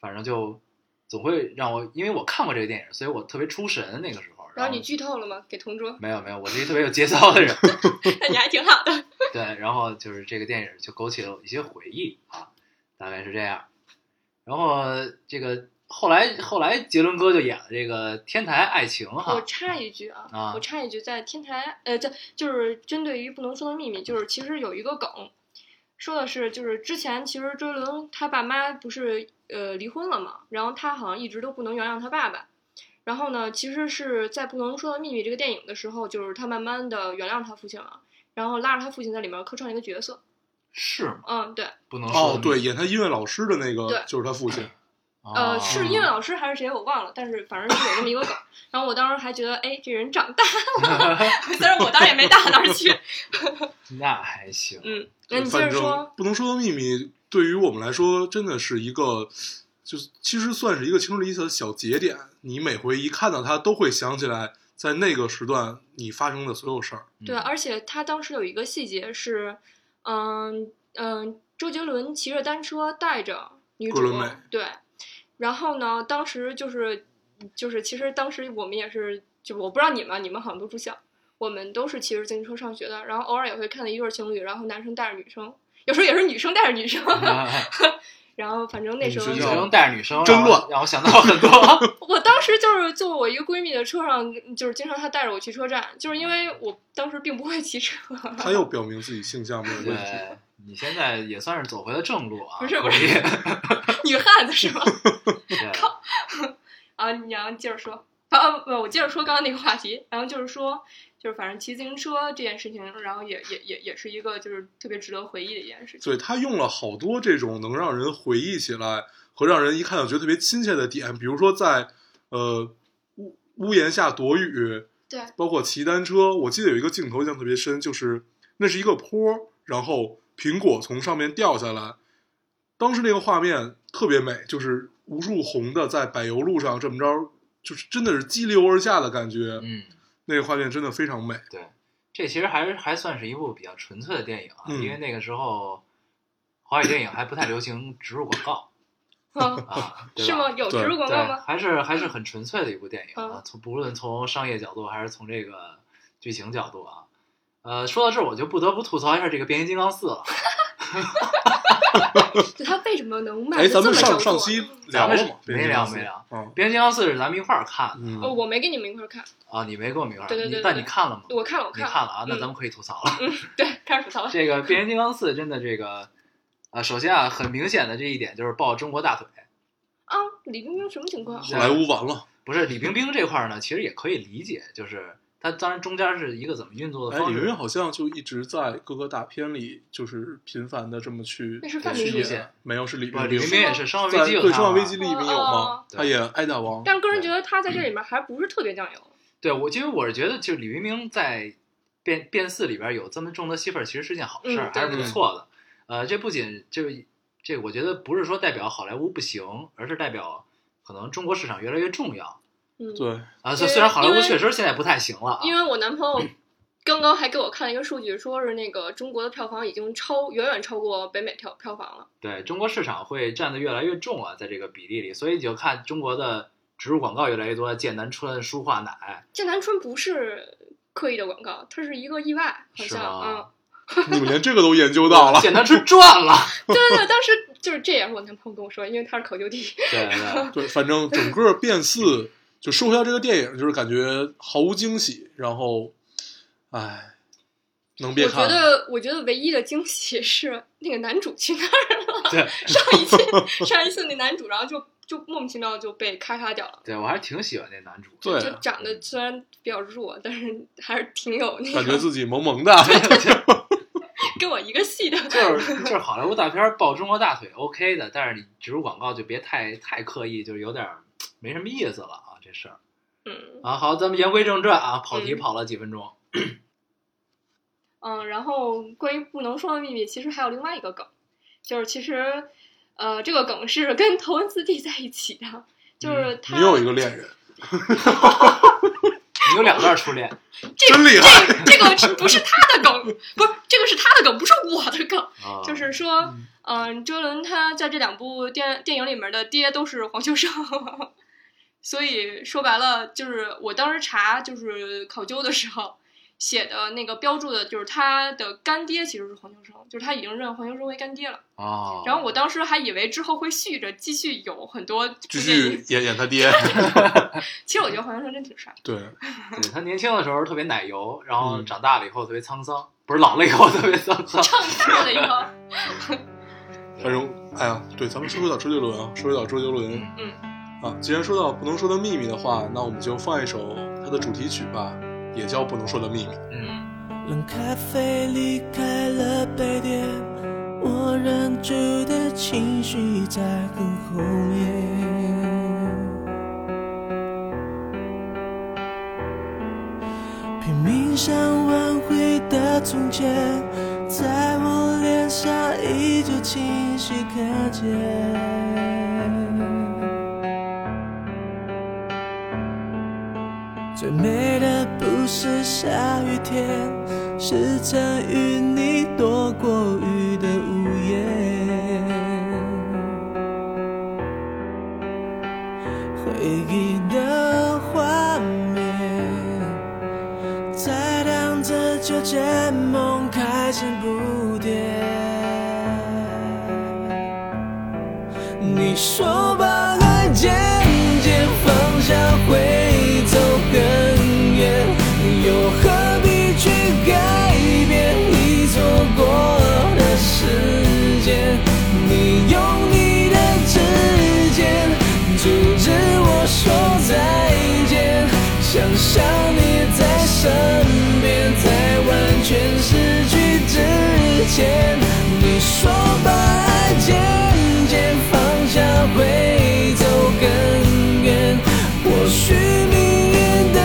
反正就总会让我，因为我看过这个电影儿，所以我特别出神那个时候。
然
然，
后你剧透了吗？给同桌
没有没有，我是一个特别有节操的人。
那你还挺好的。
对，然后就是这个电影就勾起了我一些回忆啊，大概是这样。然后这个后来后来杰伦哥就演了这个《天台爱情》
我
哈，
插一句啊，
啊
我插一句，在天台，呃，在就是针对于不能说的秘密，就是其实有一个梗，说的是就是之前其实周杰伦他爸妈不是呃离婚了嘛，然后他好像一直都不能原谅他爸爸。然后呢，其实是在《不能说的秘密》这个电影的时候，就是他慢慢的原谅他父亲了，然后拉着他父亲在里面客串一个角色。
是吗？
嗯，对，
不能说
哦，对，演他音乐老师的那个
对
就是他父亲。
呃，
哦
是音乐老师还是谁我忘了，但是反正是有这么一个梗。然后我当时还觉得，哎，这人长大了， 虽然我当时也没大哪儿去。
那还行，
嗯，那你接
反
着
正
说，
不能说的秘密，对于我们来说真的是一个，就是其实算是一个青春里的小节点。你每回一看到它，都会想起来在那个时段你发生的所有事儿。
嗯
对，啊而且他当时有一个细节是，嗯嗯，周杰伦骑着单车带着女
葛
主
纶镁，
对，然后呢，当时就是就是，其实当时我们也是，就我不知道你们，你们好像都住校，我们都是骑着自行车上学的，
哦
嗯 然后偶尔也会看到一对儿情侣，然后男生带着女生，有时候也是女生带着女生，然后反正那时候
你
女
学校
生带着女生，
真
让我
乱
让我想到了很多。
我当时就是坐我一个闺蜜的车上，嗯就是经常她带着我去车站，就是因为我当时并不会骑车。
他又表明自己性向没有问题。
对，你现在也算是走回了正路啊。
不是
狗
不是
屁
女汉子是吗？
对
啊，你然后接着说。啊，不，我接着说刚刚那个话题。然后就是说，就是反正骑自行车这件事情，然后也也也也是一个就是特别值得回忆的一件事情。
对他用了好多这种能让人回忆起来和让人一看就觉得特别亲切的点，比如说在呃屋屋檐下躲雨，
对，嗯
包括骑单车。我记得有一个镜头印象特别深，就是那是一个坡，然后苹果从上面掉下来，当时那个画面特别美，就是无数红的在柏油路上这么着，就是真的是激流而下的感觉。
嗯，
那个画面真的非常美。
对，这其实还是还算是一部比较纯粹的电影啊，
嗯
因为那个时候华语电影还不太流行植入广告
嗯，
啊，对
是
吧
吗？？有植入广告
对，
吗？
还是还是很纯粹的一部电影啊
嗯，
从不论从商业角度还是从这个剧情角度啊，呃，说到这儿我就不得不吐槽一下这个变形金刚四了。
就它为什么能卖
哎，
的这
咱
么啊
们上
焦
上
作？
期
咱
聊
们
了
是
吗？
没聊没聊，
嗯
变形金刚四是咱们一块儿看的
哦，
嗯，
我没跟你们一块儿看，
啊，你没跟我们一块儿，
对对对
你
对
但
对
你看了吗？
我看了，我
你
看了，
看了啊，那
嗯
咱们可以吐槽了。
对开始吐槽了。
这个变形金刚四真的这个，啊，首先啊，很明显的这一点就是抱中国大腿。
啊，李冰冰什么情况？
好莱坞完了。
不是李冰冰这块儿呢，其实也可以理解，就是它当然中间是一个怎么运作的
哎，
方
李
式。
云好像就一直在各个大片里，就是频繁的这么去
那是范
冰冰
去演
演
没有是李
不是
冰
李冰
冰
冰也是《生化危
在
机》有
对《
她
生化
嘛
危机》里面有
哦
嘛
哦？
对
他演爱大王，
但个人觉得他在这里面还不是特别酱油。
对我，因为我是觉得，就是李冰冰在变变四里边有这么重的戏份儿，其实是件好事儿，
嗯
还是
对
不
对
错的。呃，这不仅就是这，我觉得不是说代表好莱坞不行，而是代表可能中国市场越来越重要
嗯，
对，
啊。
因
虽
为
虽然好莱
因
坞
为
确实现在不太行了啊，
因为我男朋友刚刚还给我看了一个数据，说是那个中国的票房已经超远远超过北美票票房了。
对中国市场会占的越来越重啊，在这个比例里，所以你就看中国的植入广告越来越多，剑南春、舒化奶，
剑南春不是刻意的广告，它是一个意外，好
是
像嗯
吗，？
你们连这个都研究到了。
剑南春赚 了，
对对对，当时就是这也是我男朋友跟我说，因为他是考究帝，
对对
对，反正整个变四就说回到这个电影，就是感觉毫无惊喜，然后，唉，能别
我觉
看了。
得我觉得唯一的惊喜是那个男主去那儿
对
上一次上一次那男主，然后就就莫名其妙就被咔咔掉了。
对，我还是挺喜欢那男主的，
对
就长得虽然比较弱，但是还是挺有那
感觉
个
自己萌萌的，
跟我一个系的。
就是就是好莱坞大片儿抱中国大腿 OK 的，但是你植入广告就别太太刻意，就是有点儿没什么意思了啊，这事儿
嗯
啊。好，咱们言归正传啊，跑题
嗯
跑了几分钟，
嗯，然后关于不能说的秘密，其实还有另外一个梗，就是其实呃，这个梗是跟头文字 D 在一起的，就是他、
嗯你有一 个恋人，
你有两段初 恋，
这个
真厉害
这个这个不是他的梗，不是这个是他的梗，不是我的梗。
啊、
就是说，嗯、周伦他在这两部电电影里面的爹都是黄秋生， 所以说白了就是我当时查就是考究的时候写的那个标注的，就是他的干爹其实是黄秋生，就是他已经认黄秋生为干爹了。
啊，
哦
然后我当时还以为之后会续着继续有很多
继
部电
续
影，
演演他 爹。
其实我觉得黄秋生真挺 帅，
对，
对他年轻的时候特别奶油，然后
嗯
长大了以后特别沧桑，不是老了以后特别沧桑。
唱大了以后，
反正哎呀，对，咱们说回到周杰伦啊，说回到周杰伦
嗯
啊，既然说到不能说的秘密的话，那我们就放一首他的主题曲吧，也叫《不能说的秘密》。
嗯，
冷咖啡离开了杯垫，我忍住的情绪在很后面，拼命想挽回的从前，在我脸上依旧清晰可见。最美的不是下雨天，是曾与你躲过雨的屋檐。回忆的画面，在荡着秋千，梦开始不甜。说把爱渐渐放下，会走很远，又何必去改变已错过的时间？你用你的指尖阻止我说再见，想象你在身边，在完全失去之前，你说把爱渐渐放下会走更远，或许命运的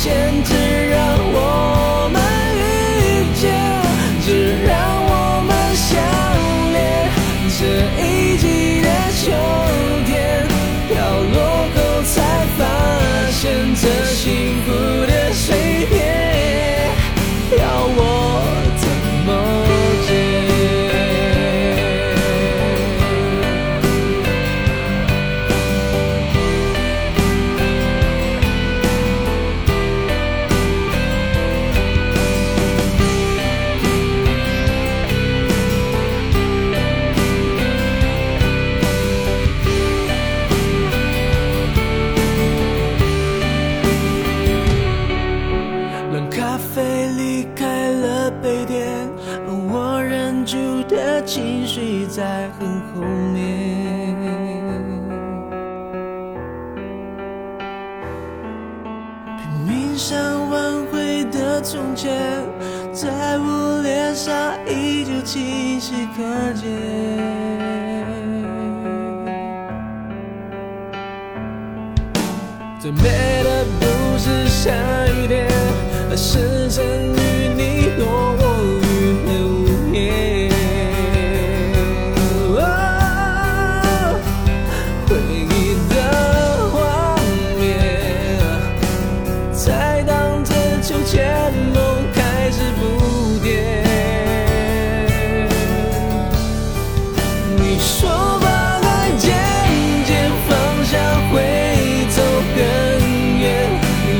牵制让我们遇见，只让我们相恋。这一季的秋天，飘落后才发现，这幸福的碎片，要我怎么接？冷咖啡离开了杯垫，我忍住的情绪在很后面。拼命想挽回的从前，在我脸上依旧清晰可见。最美的不是下雨天，而是曾与你落雨的午夜。哦回忆的画面。才荡着秋千，梦开始不甜。你说把爱渐渐放下会走更远，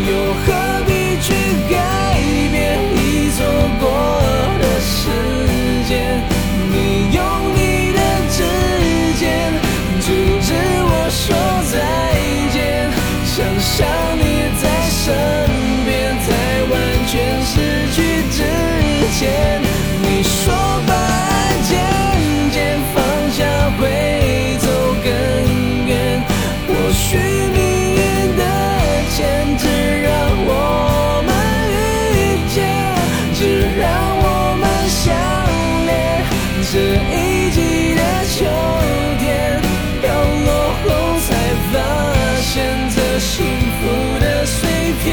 又何必去改变已错过的时间？你用你的指尖阻止我说再见，想象你在身边，在完全失去之前，你说把爱渐渐放下会走更远，或许命运的牵制让我们遇见，只让我们相恋。这一季的秋天，飘落后才发现，这幸福的碎片，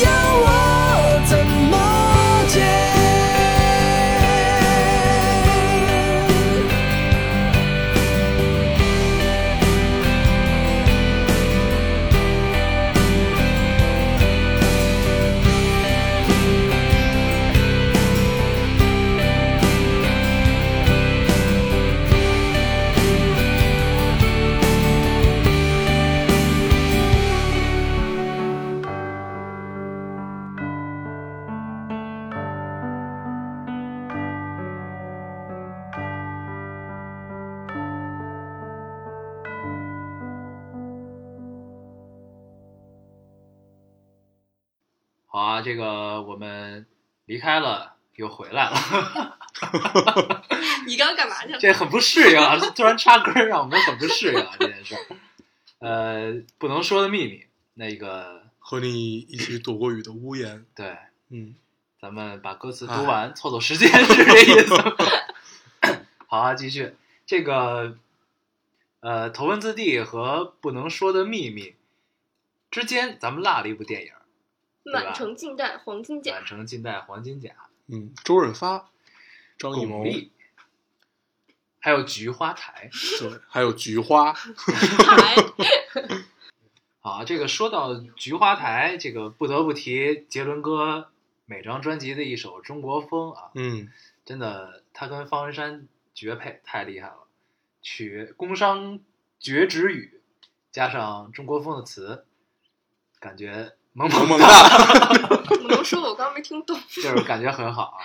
要我怎么接？
好啊，这个我们离开了又回来了，
你刚干嘛 去了？
这很不适应啊！突然插歌儿让我们很不适应啊这件事儿。呃，不能说的秘密，那个
和你一起躲过雨的屋檐，
对，
嗯，
咱们把歌词读完，凑凑时间 是这意思吗。 好啊，继续这个，呃，《头文字 D》和《不能说的秘密》之间，咱们落了一部电影儿
满城尽带黄
《
金甲
满，城尽带黄金甲》，
嗯，周润发、张艺谋
巩，俐，还有菊花台。
对，还有菊 花，
牌，
好，这个说到菊花台，这个不得不提杰伦哥每张专辑的一首《中国风》啊，
嗯，
真的，他跟方文山绝配，太厉害了。曲工商绝止语，加上中国风的词，感觉萌
萌
萌
萌哒，
我能说我刚刚没听懂，
就是感觉很好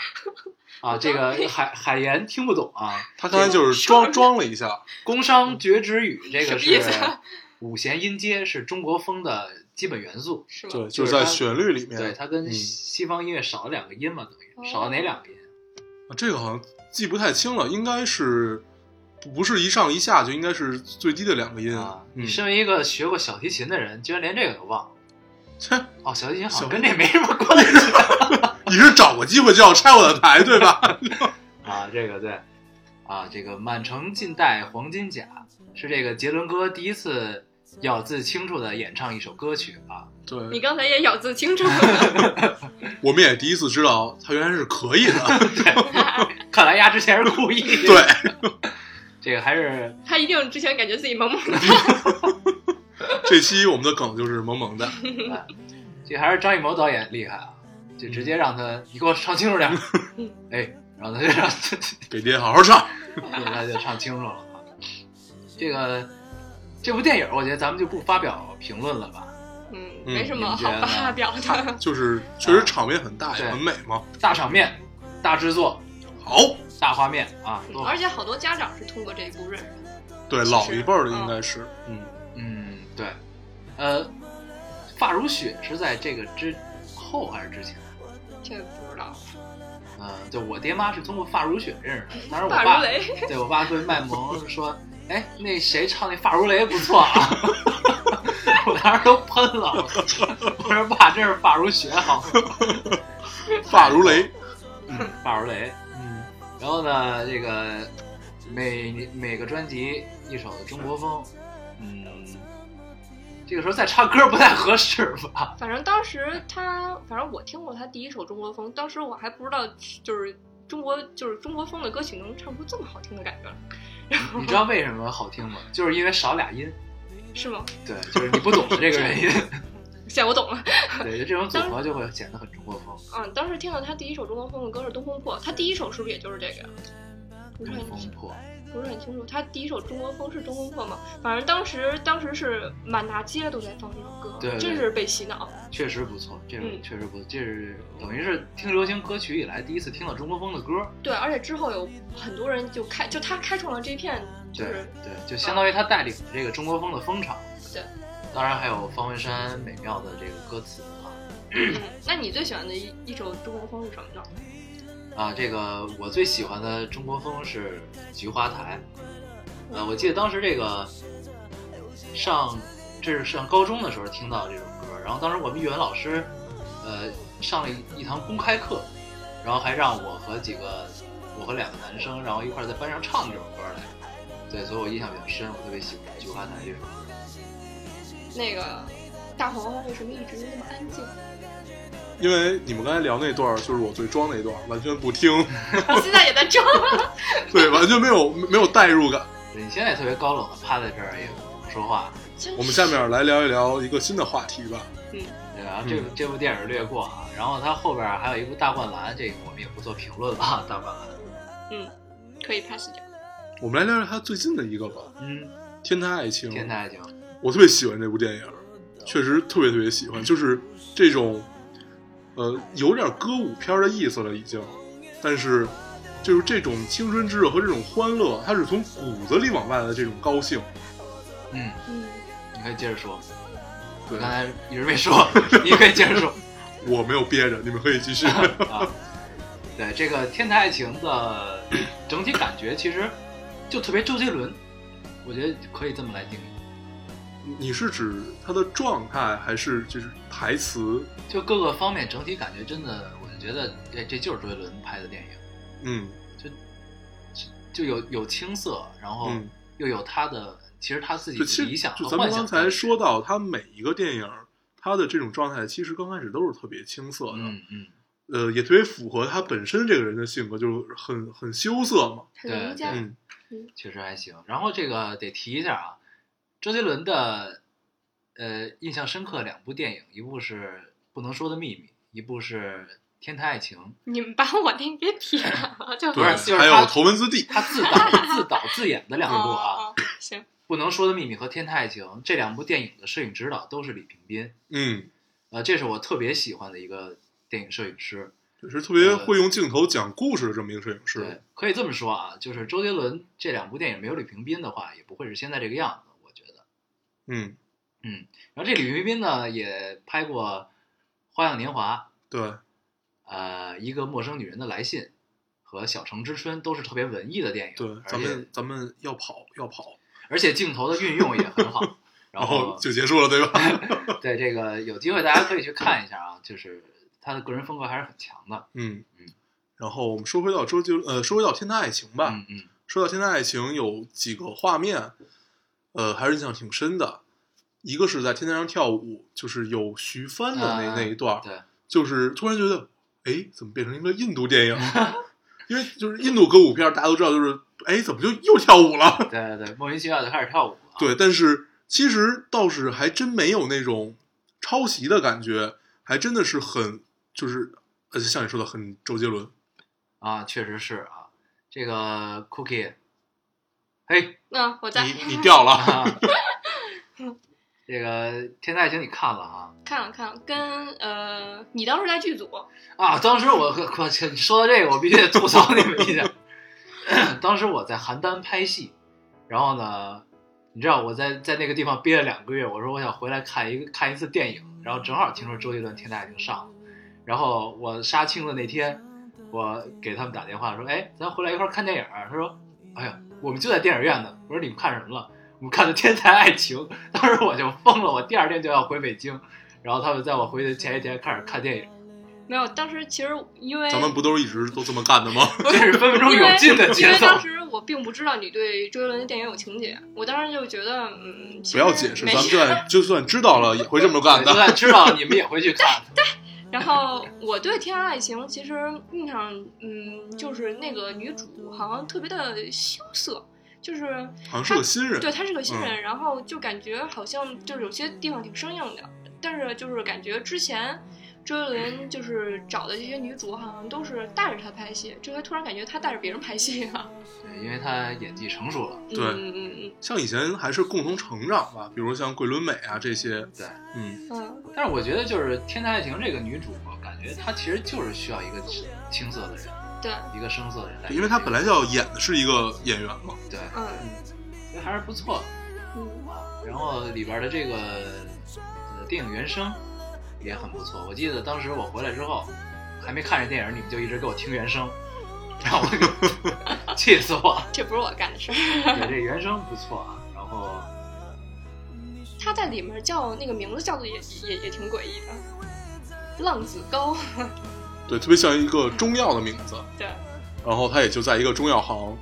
啊。啊，这个海海岩听不懂啊，
他刚才就是装装了一下，
工商角徵羽这个
什么意
是
思啊
五弦音阶，是中国风的基本元素。
是
对，
吗？
就
就
是是
在
他
旋律里面，
对，它跟
嗯
西方音乐少了两个音嘛，等于
哦
少了哪两个音？
啊这个好像记不太清了，应该是不是一上一下，就应该是最低的两个音
啊，
嗯
你，身为一个学过小提琴的人，居然连这个都忘了。
切，
哦，小提琴好
小
像跟这没什么关系
你是找个机会就要拆我的台对吧？
啊。这个对，啊，这个满城尽带黄金甲是这个杰伦哥第一次咬字清楚的演唱一首歌曲啊。
你
对，
刚才也咬字清楚了，
我们也第一次知道他原来是可以 的，
看来丫之前是故意。
对，
这个还是
他一定之前感觉自己萌萌的。
这期我们的梗就是萌萌的，
这还是张艺谋导演厉害啊，就直接让
嗯
他你给我唱清楚点 儿，哎，然后他就让他
给爹好好唱，
他就唱清楚了啊。这个这部电影，我觉得咱们就不发表评论了吧。
嗯，
嗯
没什么
你
好
觉得
发
呢
表 的。
就是确实场面很大也
对
很美嘛。
大场面、大制作、
好，
大画面啊，多好
而且好多家长是通过这一部认识的。
对
其实
老一辈儿的应该是，嗯，
嗯对，呃，发如雪是在这个之后还是之前？
这不知道，
嗯、就我爹妈是通过发如雪认识的，当然我
大
爸
如雷，
对我爸对卖萌说：“哎，那谁唱那《发如雷》不错啊！” 我当时都喷了，我说：“爸，真是发如雪好吗
嗯发如雷，？”
发如雷。
嗯，
然后呢，这个每每个专辑一首中国风，嗯，这个时候再唱歌不太合适吧？
反正当时他，反正我听过他第一首中国风，当时我还不知道，就是中国就是中国风的歌曲能唱出这么好听的感觉来，
你知道为什么好听吗？就是因为少俩音。
是吗？
对，就是你不懂是这个原因。
现在我懂了。
对，就这种组合就会显得很中国风。
嗯，当时听到他第一首中国风的歌是《东风破》，他第一首是不是也就是这个呀？不是
东
很
风破，
不是很清楚，他第一首中国风是《中国破》吗？反正当时当时是满大街都在放这首歌，
对对
真是被洗脑。
确实不错，这是
嗯
确实不错，这是等于是听流行歌曲以来第一次听到中国风的歌。
对，而且之后有很多人就开，就他开创了这片，就
对
是
对，就相当于他带领这个中国风的风潮。
对，
当然还有方文山美妙的这个歌词啊
嗯那你最喜欢的一一首中国风是什么呢？
啊，这个我最喜欢的中国风是《菊花台》。呃，我记得当时这个上这是上高中的时候听到这首歌，然后当时我们语文老师呃上了一一堂公开课，然后还让我和几个我和两个男生，然后一块儿在班上唱这首歌来。对，所以我印象比较深，我特别喜欢《菊花台》这首歌。
那个大黄为什么一直那么安静？
因为你们刚才聊那段儿就是我最装那段儿，完全不听，
他现在也在唱。
对，完全没有没有代入感。
对你现在也特别高冷的趴在这儿也不说话，
真是
我们下面来聊一聊一个新的话题吧。
对然后啊这部、
嗯
这部电影略过啊，然后它后边儿还有一部《大灌篮》，这个我们也不做评论了啊，《大灌篮》。
嗯，可以 pass 掉。
我们来聊聊他最近的一个吧，
嗯，
《天台爱情》。
天才行，
我特别喜欢这部电影，确实特别特别喜欢，就是这种，呃，有点歌舞片的意思了已经，但是就是这种青春炙热和这种欢乐，它是从骨子里往外的这种高兴。
嗯，
嗯，
你可以接着说，
对
我，刚才一直没说，你可以接着说。
我没有憋着，你们可以继续。
啊，对这个《天台爱情》的整体感觉，其实就特别周杰伦，我觉得可以这么来定义，
你是指他的状态，还是就是台词？
就各个方面整体感觉真的，我就觉得哎这这就是周杰伦拍的电影，
嗯
就有有青涩，然后
嗯，
又有他的，其实他自己
就其
的理
实
想
就
和
咱
幻
们
想。
刚才说，到，他每一个电影，他的这种状态其实刚开始都是特别青涩的。
嗯嗯，
呃，也特别符合他本身这个人的性格，就是很很羞涩嘛。
很
对
儒家。
对
嗯，
确实还行。然后这个得提一下啊，周杰伦的呃印象深刻两部电影，一部是《不能说的秘密》，一部是《天台爱情》。
你们把我那给撇了， 就
不是就是
还
他
有头文字 D，
他自 导自导自演的两部啊，
哦，行，
《不能说的秘密》和《天太情》这两部电影的摄影指导都是李平斌。
嗯，
呃，这是我特别喜欢的一个电影摄影师。
也是特别会用镜头讲故事的这么一个摄影
对
师。，
可以这么说啊，就是周杰伦这两部电影没有李平斌的话，也不会是现在这个样子，我觉得。
嗯，
嗯，然后这李平斌呢，也拍过《花样年华
对，》、
呃，《一个陌生女人的来信》和《小城之春》，都是特别文艺的电影。
对，
而
咱
且
们咱们要跑要跑，
而且镜头的运用也很 好。然
然
后
后哦就结束了，对吧？
对这个有机会大家可以去看一下啊，就是他的个人风格还是很强的。
嗯
嗯。
然后我们说回到周杰，呃，说回到《天的爱情》吧。
嗯嗯，
说到《天的爱情》，有几个画面，呃，还是印象挺深的。一个是在天台上跳舞，就是有徐帆的那、
啊
那一段儿，
对，
就是突然觉得，哎，怎么变成一个印度电影？因为就是印度歌舞片，大家都知道，就是哎，怎么就又跳舞了？
对对对，莫名其妙就开始跳舞了。啊
对，但是其实倒是还真没有那种抄袭的感觉，还真的是很就是，呃，像你说的很周杰伦，
啊，确实是啊，这个 Cookie，嘿
那我在
你你掉 了，
啊，这个《天才爱情》你看了啊？
看了看了，跟呃，你当时在剧组，
啊，当时我可可说到这个，我必须得吐槽你们一下。当时我在邯郸拍戏，然后呢，你知道我在在那个地方憋了两个月，我说我想回来看一个看一次电影，然后正好听说周杰伦《天才爱情》上了，然后我杀青的那天，我给他们打电话说，哎，咱回来一块儿看电影儿。他说，哎呀，我们就在电影院呢。我说你们看什么了？我们看的《天才爱情》，当时我就疯了，我第二天就要回北京，然后他们在我回去前一天开始看电影。
没有，当时其实因为
咱们不都是一直都这么干的吗？
这是分分钟
因为
有劲的
因
节
为
奏
当时我并不知道你对周杰伦的电影有情节，我当时就觉得，嗯，其
不要
实
解释，
没
咱们
事
就 算就算知道了也会这么干
对，就
的。
算知道你们也会去 看。
然后我对《天爱情》其实印象，嗯，就是那个女主好像特别的羞涩，就是
好像是个嗯新人，
对她是个新人，然后就感觉好像就是有些地方挺生硬的，但是就是感觉之前周杰伦就是找的这些女主好像都是带着他拍戏，这回突然感觉他带着别人拍戏了。
对，因为他演技成熟了。
嗯
对
嗯嗯嗯
像以前还是共同成长吧，比如像桂纶镁啊这些，
对，
嗯，
嗯，
但是我觉得就是《天才爱情》这个女主，我感觉她其实就是需要一个青涩的人，
对，
一个生涩的人来演这个，
因为她本来就要演的是一个演员嘛，
对，
嗯
所以还是不错
嗯，
啊。然后里边的这个呃电影原声也很不错，我记得当时我回来之后还没看这电影，你们就一直给我听原声，让我 给气死我了。
这不是我干的事儿。
对，这原声不错啊。然后
他在里面叫那个名字叫的也也也挺诡异的，浪子高。
对，特别像一个中药的名字，
对，
然后她也就在一个中药行，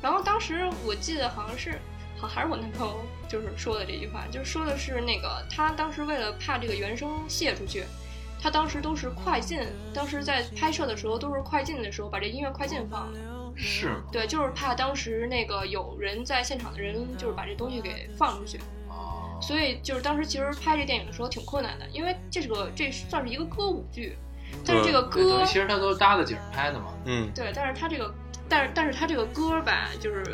然后当时我记得好像是，好还是我男朋友就是说的这句话，就是说的是那个他当时为了怕这个原声泄出去，他当时都是快进，当时在拍摄的时候都是快进的时候把这音乐快进放的。
是吗
对，就是怕当时那个有人在现场的人就是把这东西给放出去。
哦，
所以就是当时其实拍这电影的时候挺困难的，因为这是个这算是一个歌舞剧，但是这个
嗯对，等
歌
于其实他都是搭的景儿拍的嘛。
嗯，
对，但是他这个但是但是他这个歌吧，就是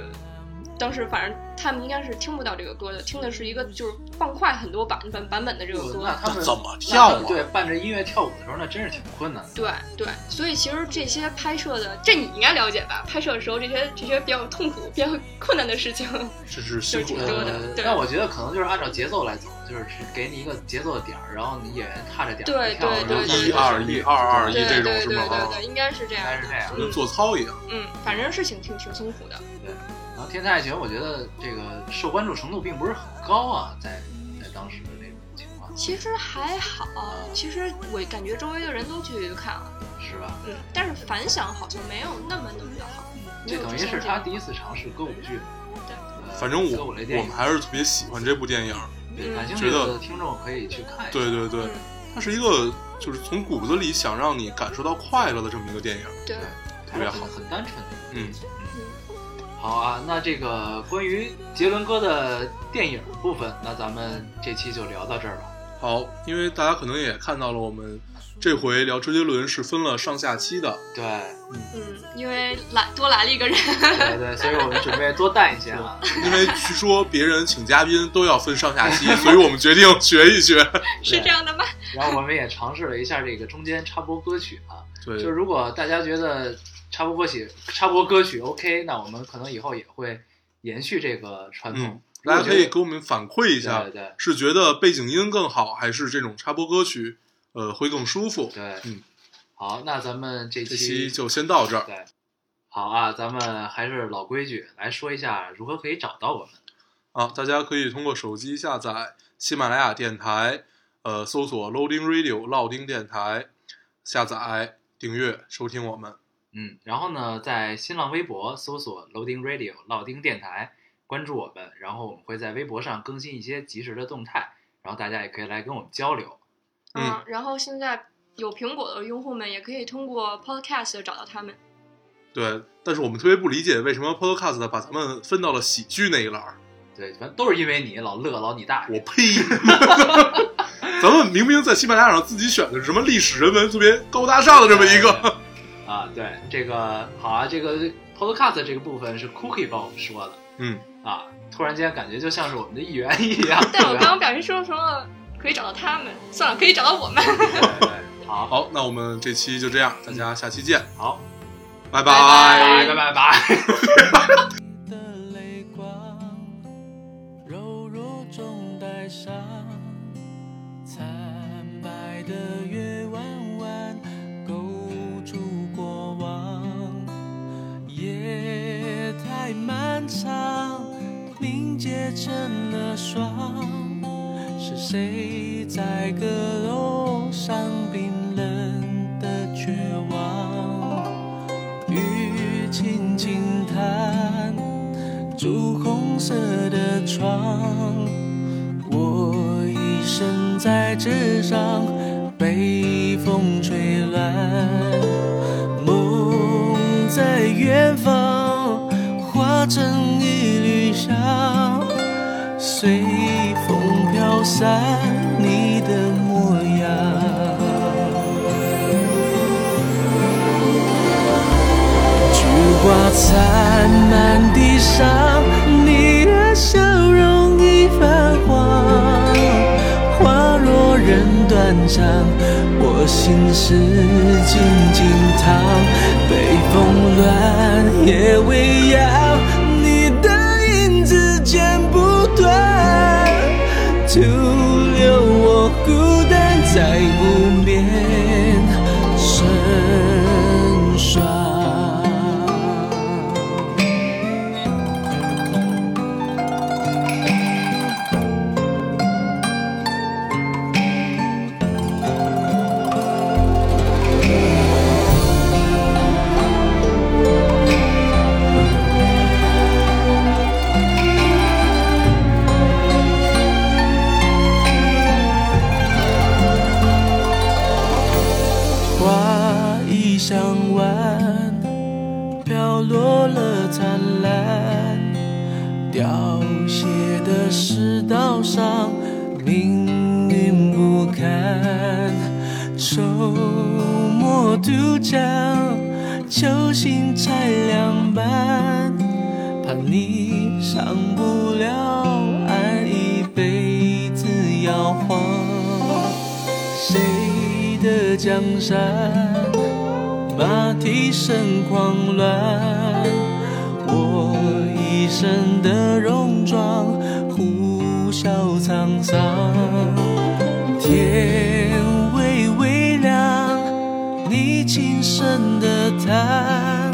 当时反正他们应该是听不到这个歌的，听的是一个就是放快很多版本版本的这个歌
那。他们
那怎么跳啊
那他们对，伴着音乐跳舞的时候，那真是挺困难的。
对对，所以其实这些拍摄的，这你应该了解吧？拍摄的时候这些这些比较痛苦、比较困难的事情，
这是辛苦
挺多
的，
的对
但呃我觉得可能就是按照节奏来走，就是只给你一个节奏的点儿，然后你演员踏着点儿
对
跳，
对对
然后
对
一二一二二一
对
这
对
种
对
是
对
吗？啊
对，应该是这
哦应
样
该是
的。
这样。
就跟做操一样，
嗯，反正是挺挺挺辛苦的。
然后《天才爱情》，我觉得这个受关注程度并不是很高啊，在在当时的那种情况，
其实还好，其实我感觉周围的人都去看了，
是吧？
嗯，但是反响好像没有那么那么的好。没
这
有
等于
之前
是
这
他
样
第一次尝试歌舞剧。呃
反正
歌
我
舞
我
类电
们
影，
还是特别喜欢这部电影儿，
对
嗯
感兴
觉
趣
得
的听众可以去看一下。
对对对，它是一个就是从骨子里想让你感受到快乐的这么一个电影儿，
对，
嗯还是很很单纯的。
嗯，
好啊，那这个关于杰伦哥的电影部分，那咱们这期就聊到这儿吧。
好，因为大家可能也看到了，我们这回聊周杰伦是分了上下期的，
对
嗯，因为来多来了一个人，
对对，所以我们准备多带一些啊。
因为据说别人请嘉宾都要分上下期，所以我们决定学一学。
是这样的吗？
然后我们也尝试了一下这个中间插播歌曲啊，
对，
就如果大家觉得插播歌曲插播歌曲 OK，那我们可能以后也会延续这个传
嗯
统。，
大家可以给
我
我们反馈一
一
下，
对对
是觉得背景音更好，还是这种插播歌曲，呃，会更舒服？
对，
嗯，
好，那咱们这
这
期
期就先到这儿。
对，好啊，咱们还是老规矩，来说一下如何可以找到我们。
啊，大家可以通过手机下载喜马拉雅电台，呃，搜索 Loading Radio 老丁电台，下载订阅收听我们。
嗯，然后呢，在新浪微博搜索 Loading Radio 老丁电台，关注我们，然后我们会在微博上更新一些及时的动态，然后大家也可以来跟我们交流。
嗯
嗯，然后现在有苹果的用户们也可以通过 Podcast 找到他们。
对，但是我们特别不理解为什么 Podcast 把咱们分到了喜剧那一栏儿。
对，反正都是因为你老乐老你大
我
爷，
呸！ 咱们明明在喜马拉雅上自己选的是什么历史人文特别高大上的这么一个，
啊，对这个好啊，这个 Podcast 这个部分是 Cookie 帮我们说的
嗯，
啊，突然间感觉就像是我们的一员一样。
但我
对啊
刚刚表示说成了可以找到他们，算了，可以找到我们。
对对好，
好，那我们这期就这样，大家下期见，
好，
拜
拜
拜拜拜拜。
的泪光，柔弱中带伤，惨白的月弯弯勾住过往，夜太漫长，凝结成了霜。是谁在阁楼上冰冷的绝望？雨轻轻弹，朱红色的窗，我一身在纸上被风吹乱，梦在远方化成一缕香，随风飘散你的模样。烛光灿烂地上，你的笑容已泛黄，花落人断肠，我心事静静躺，北风乱夜未央，你的影子剪不断，徒留我孤单在无眠深霜。花已向晚，飘落了灿烂。凋谢的石道上，命运不堪。愁墨渡江，秋心拆两半，怕你上不了岸，一辈子摇晃。谁的江山？马蹄声狂乱，我一身的戎装呼啸沧桑。天微微亮，你轻声的叹，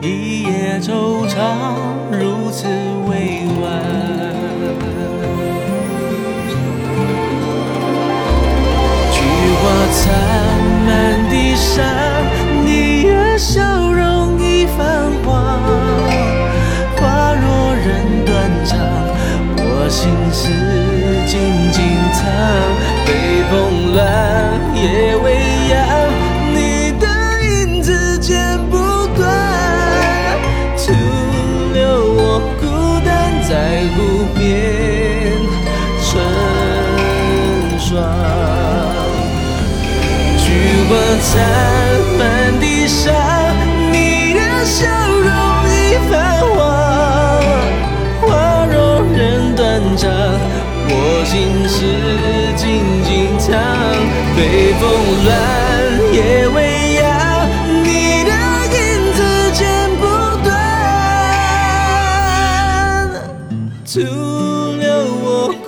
一夜惆怅如此委婉。菊花残满地上，你的笑容已泛黄，花落人断肠，我心事静静藏，北风乱，夜未央，你的影子剪不断，徒留我孤单在湖边春。绽放地上，你的笑容已泛黄，花容任断肠，我今世静静躺，北风乱，夜未央，你的影子剪不断。徒留我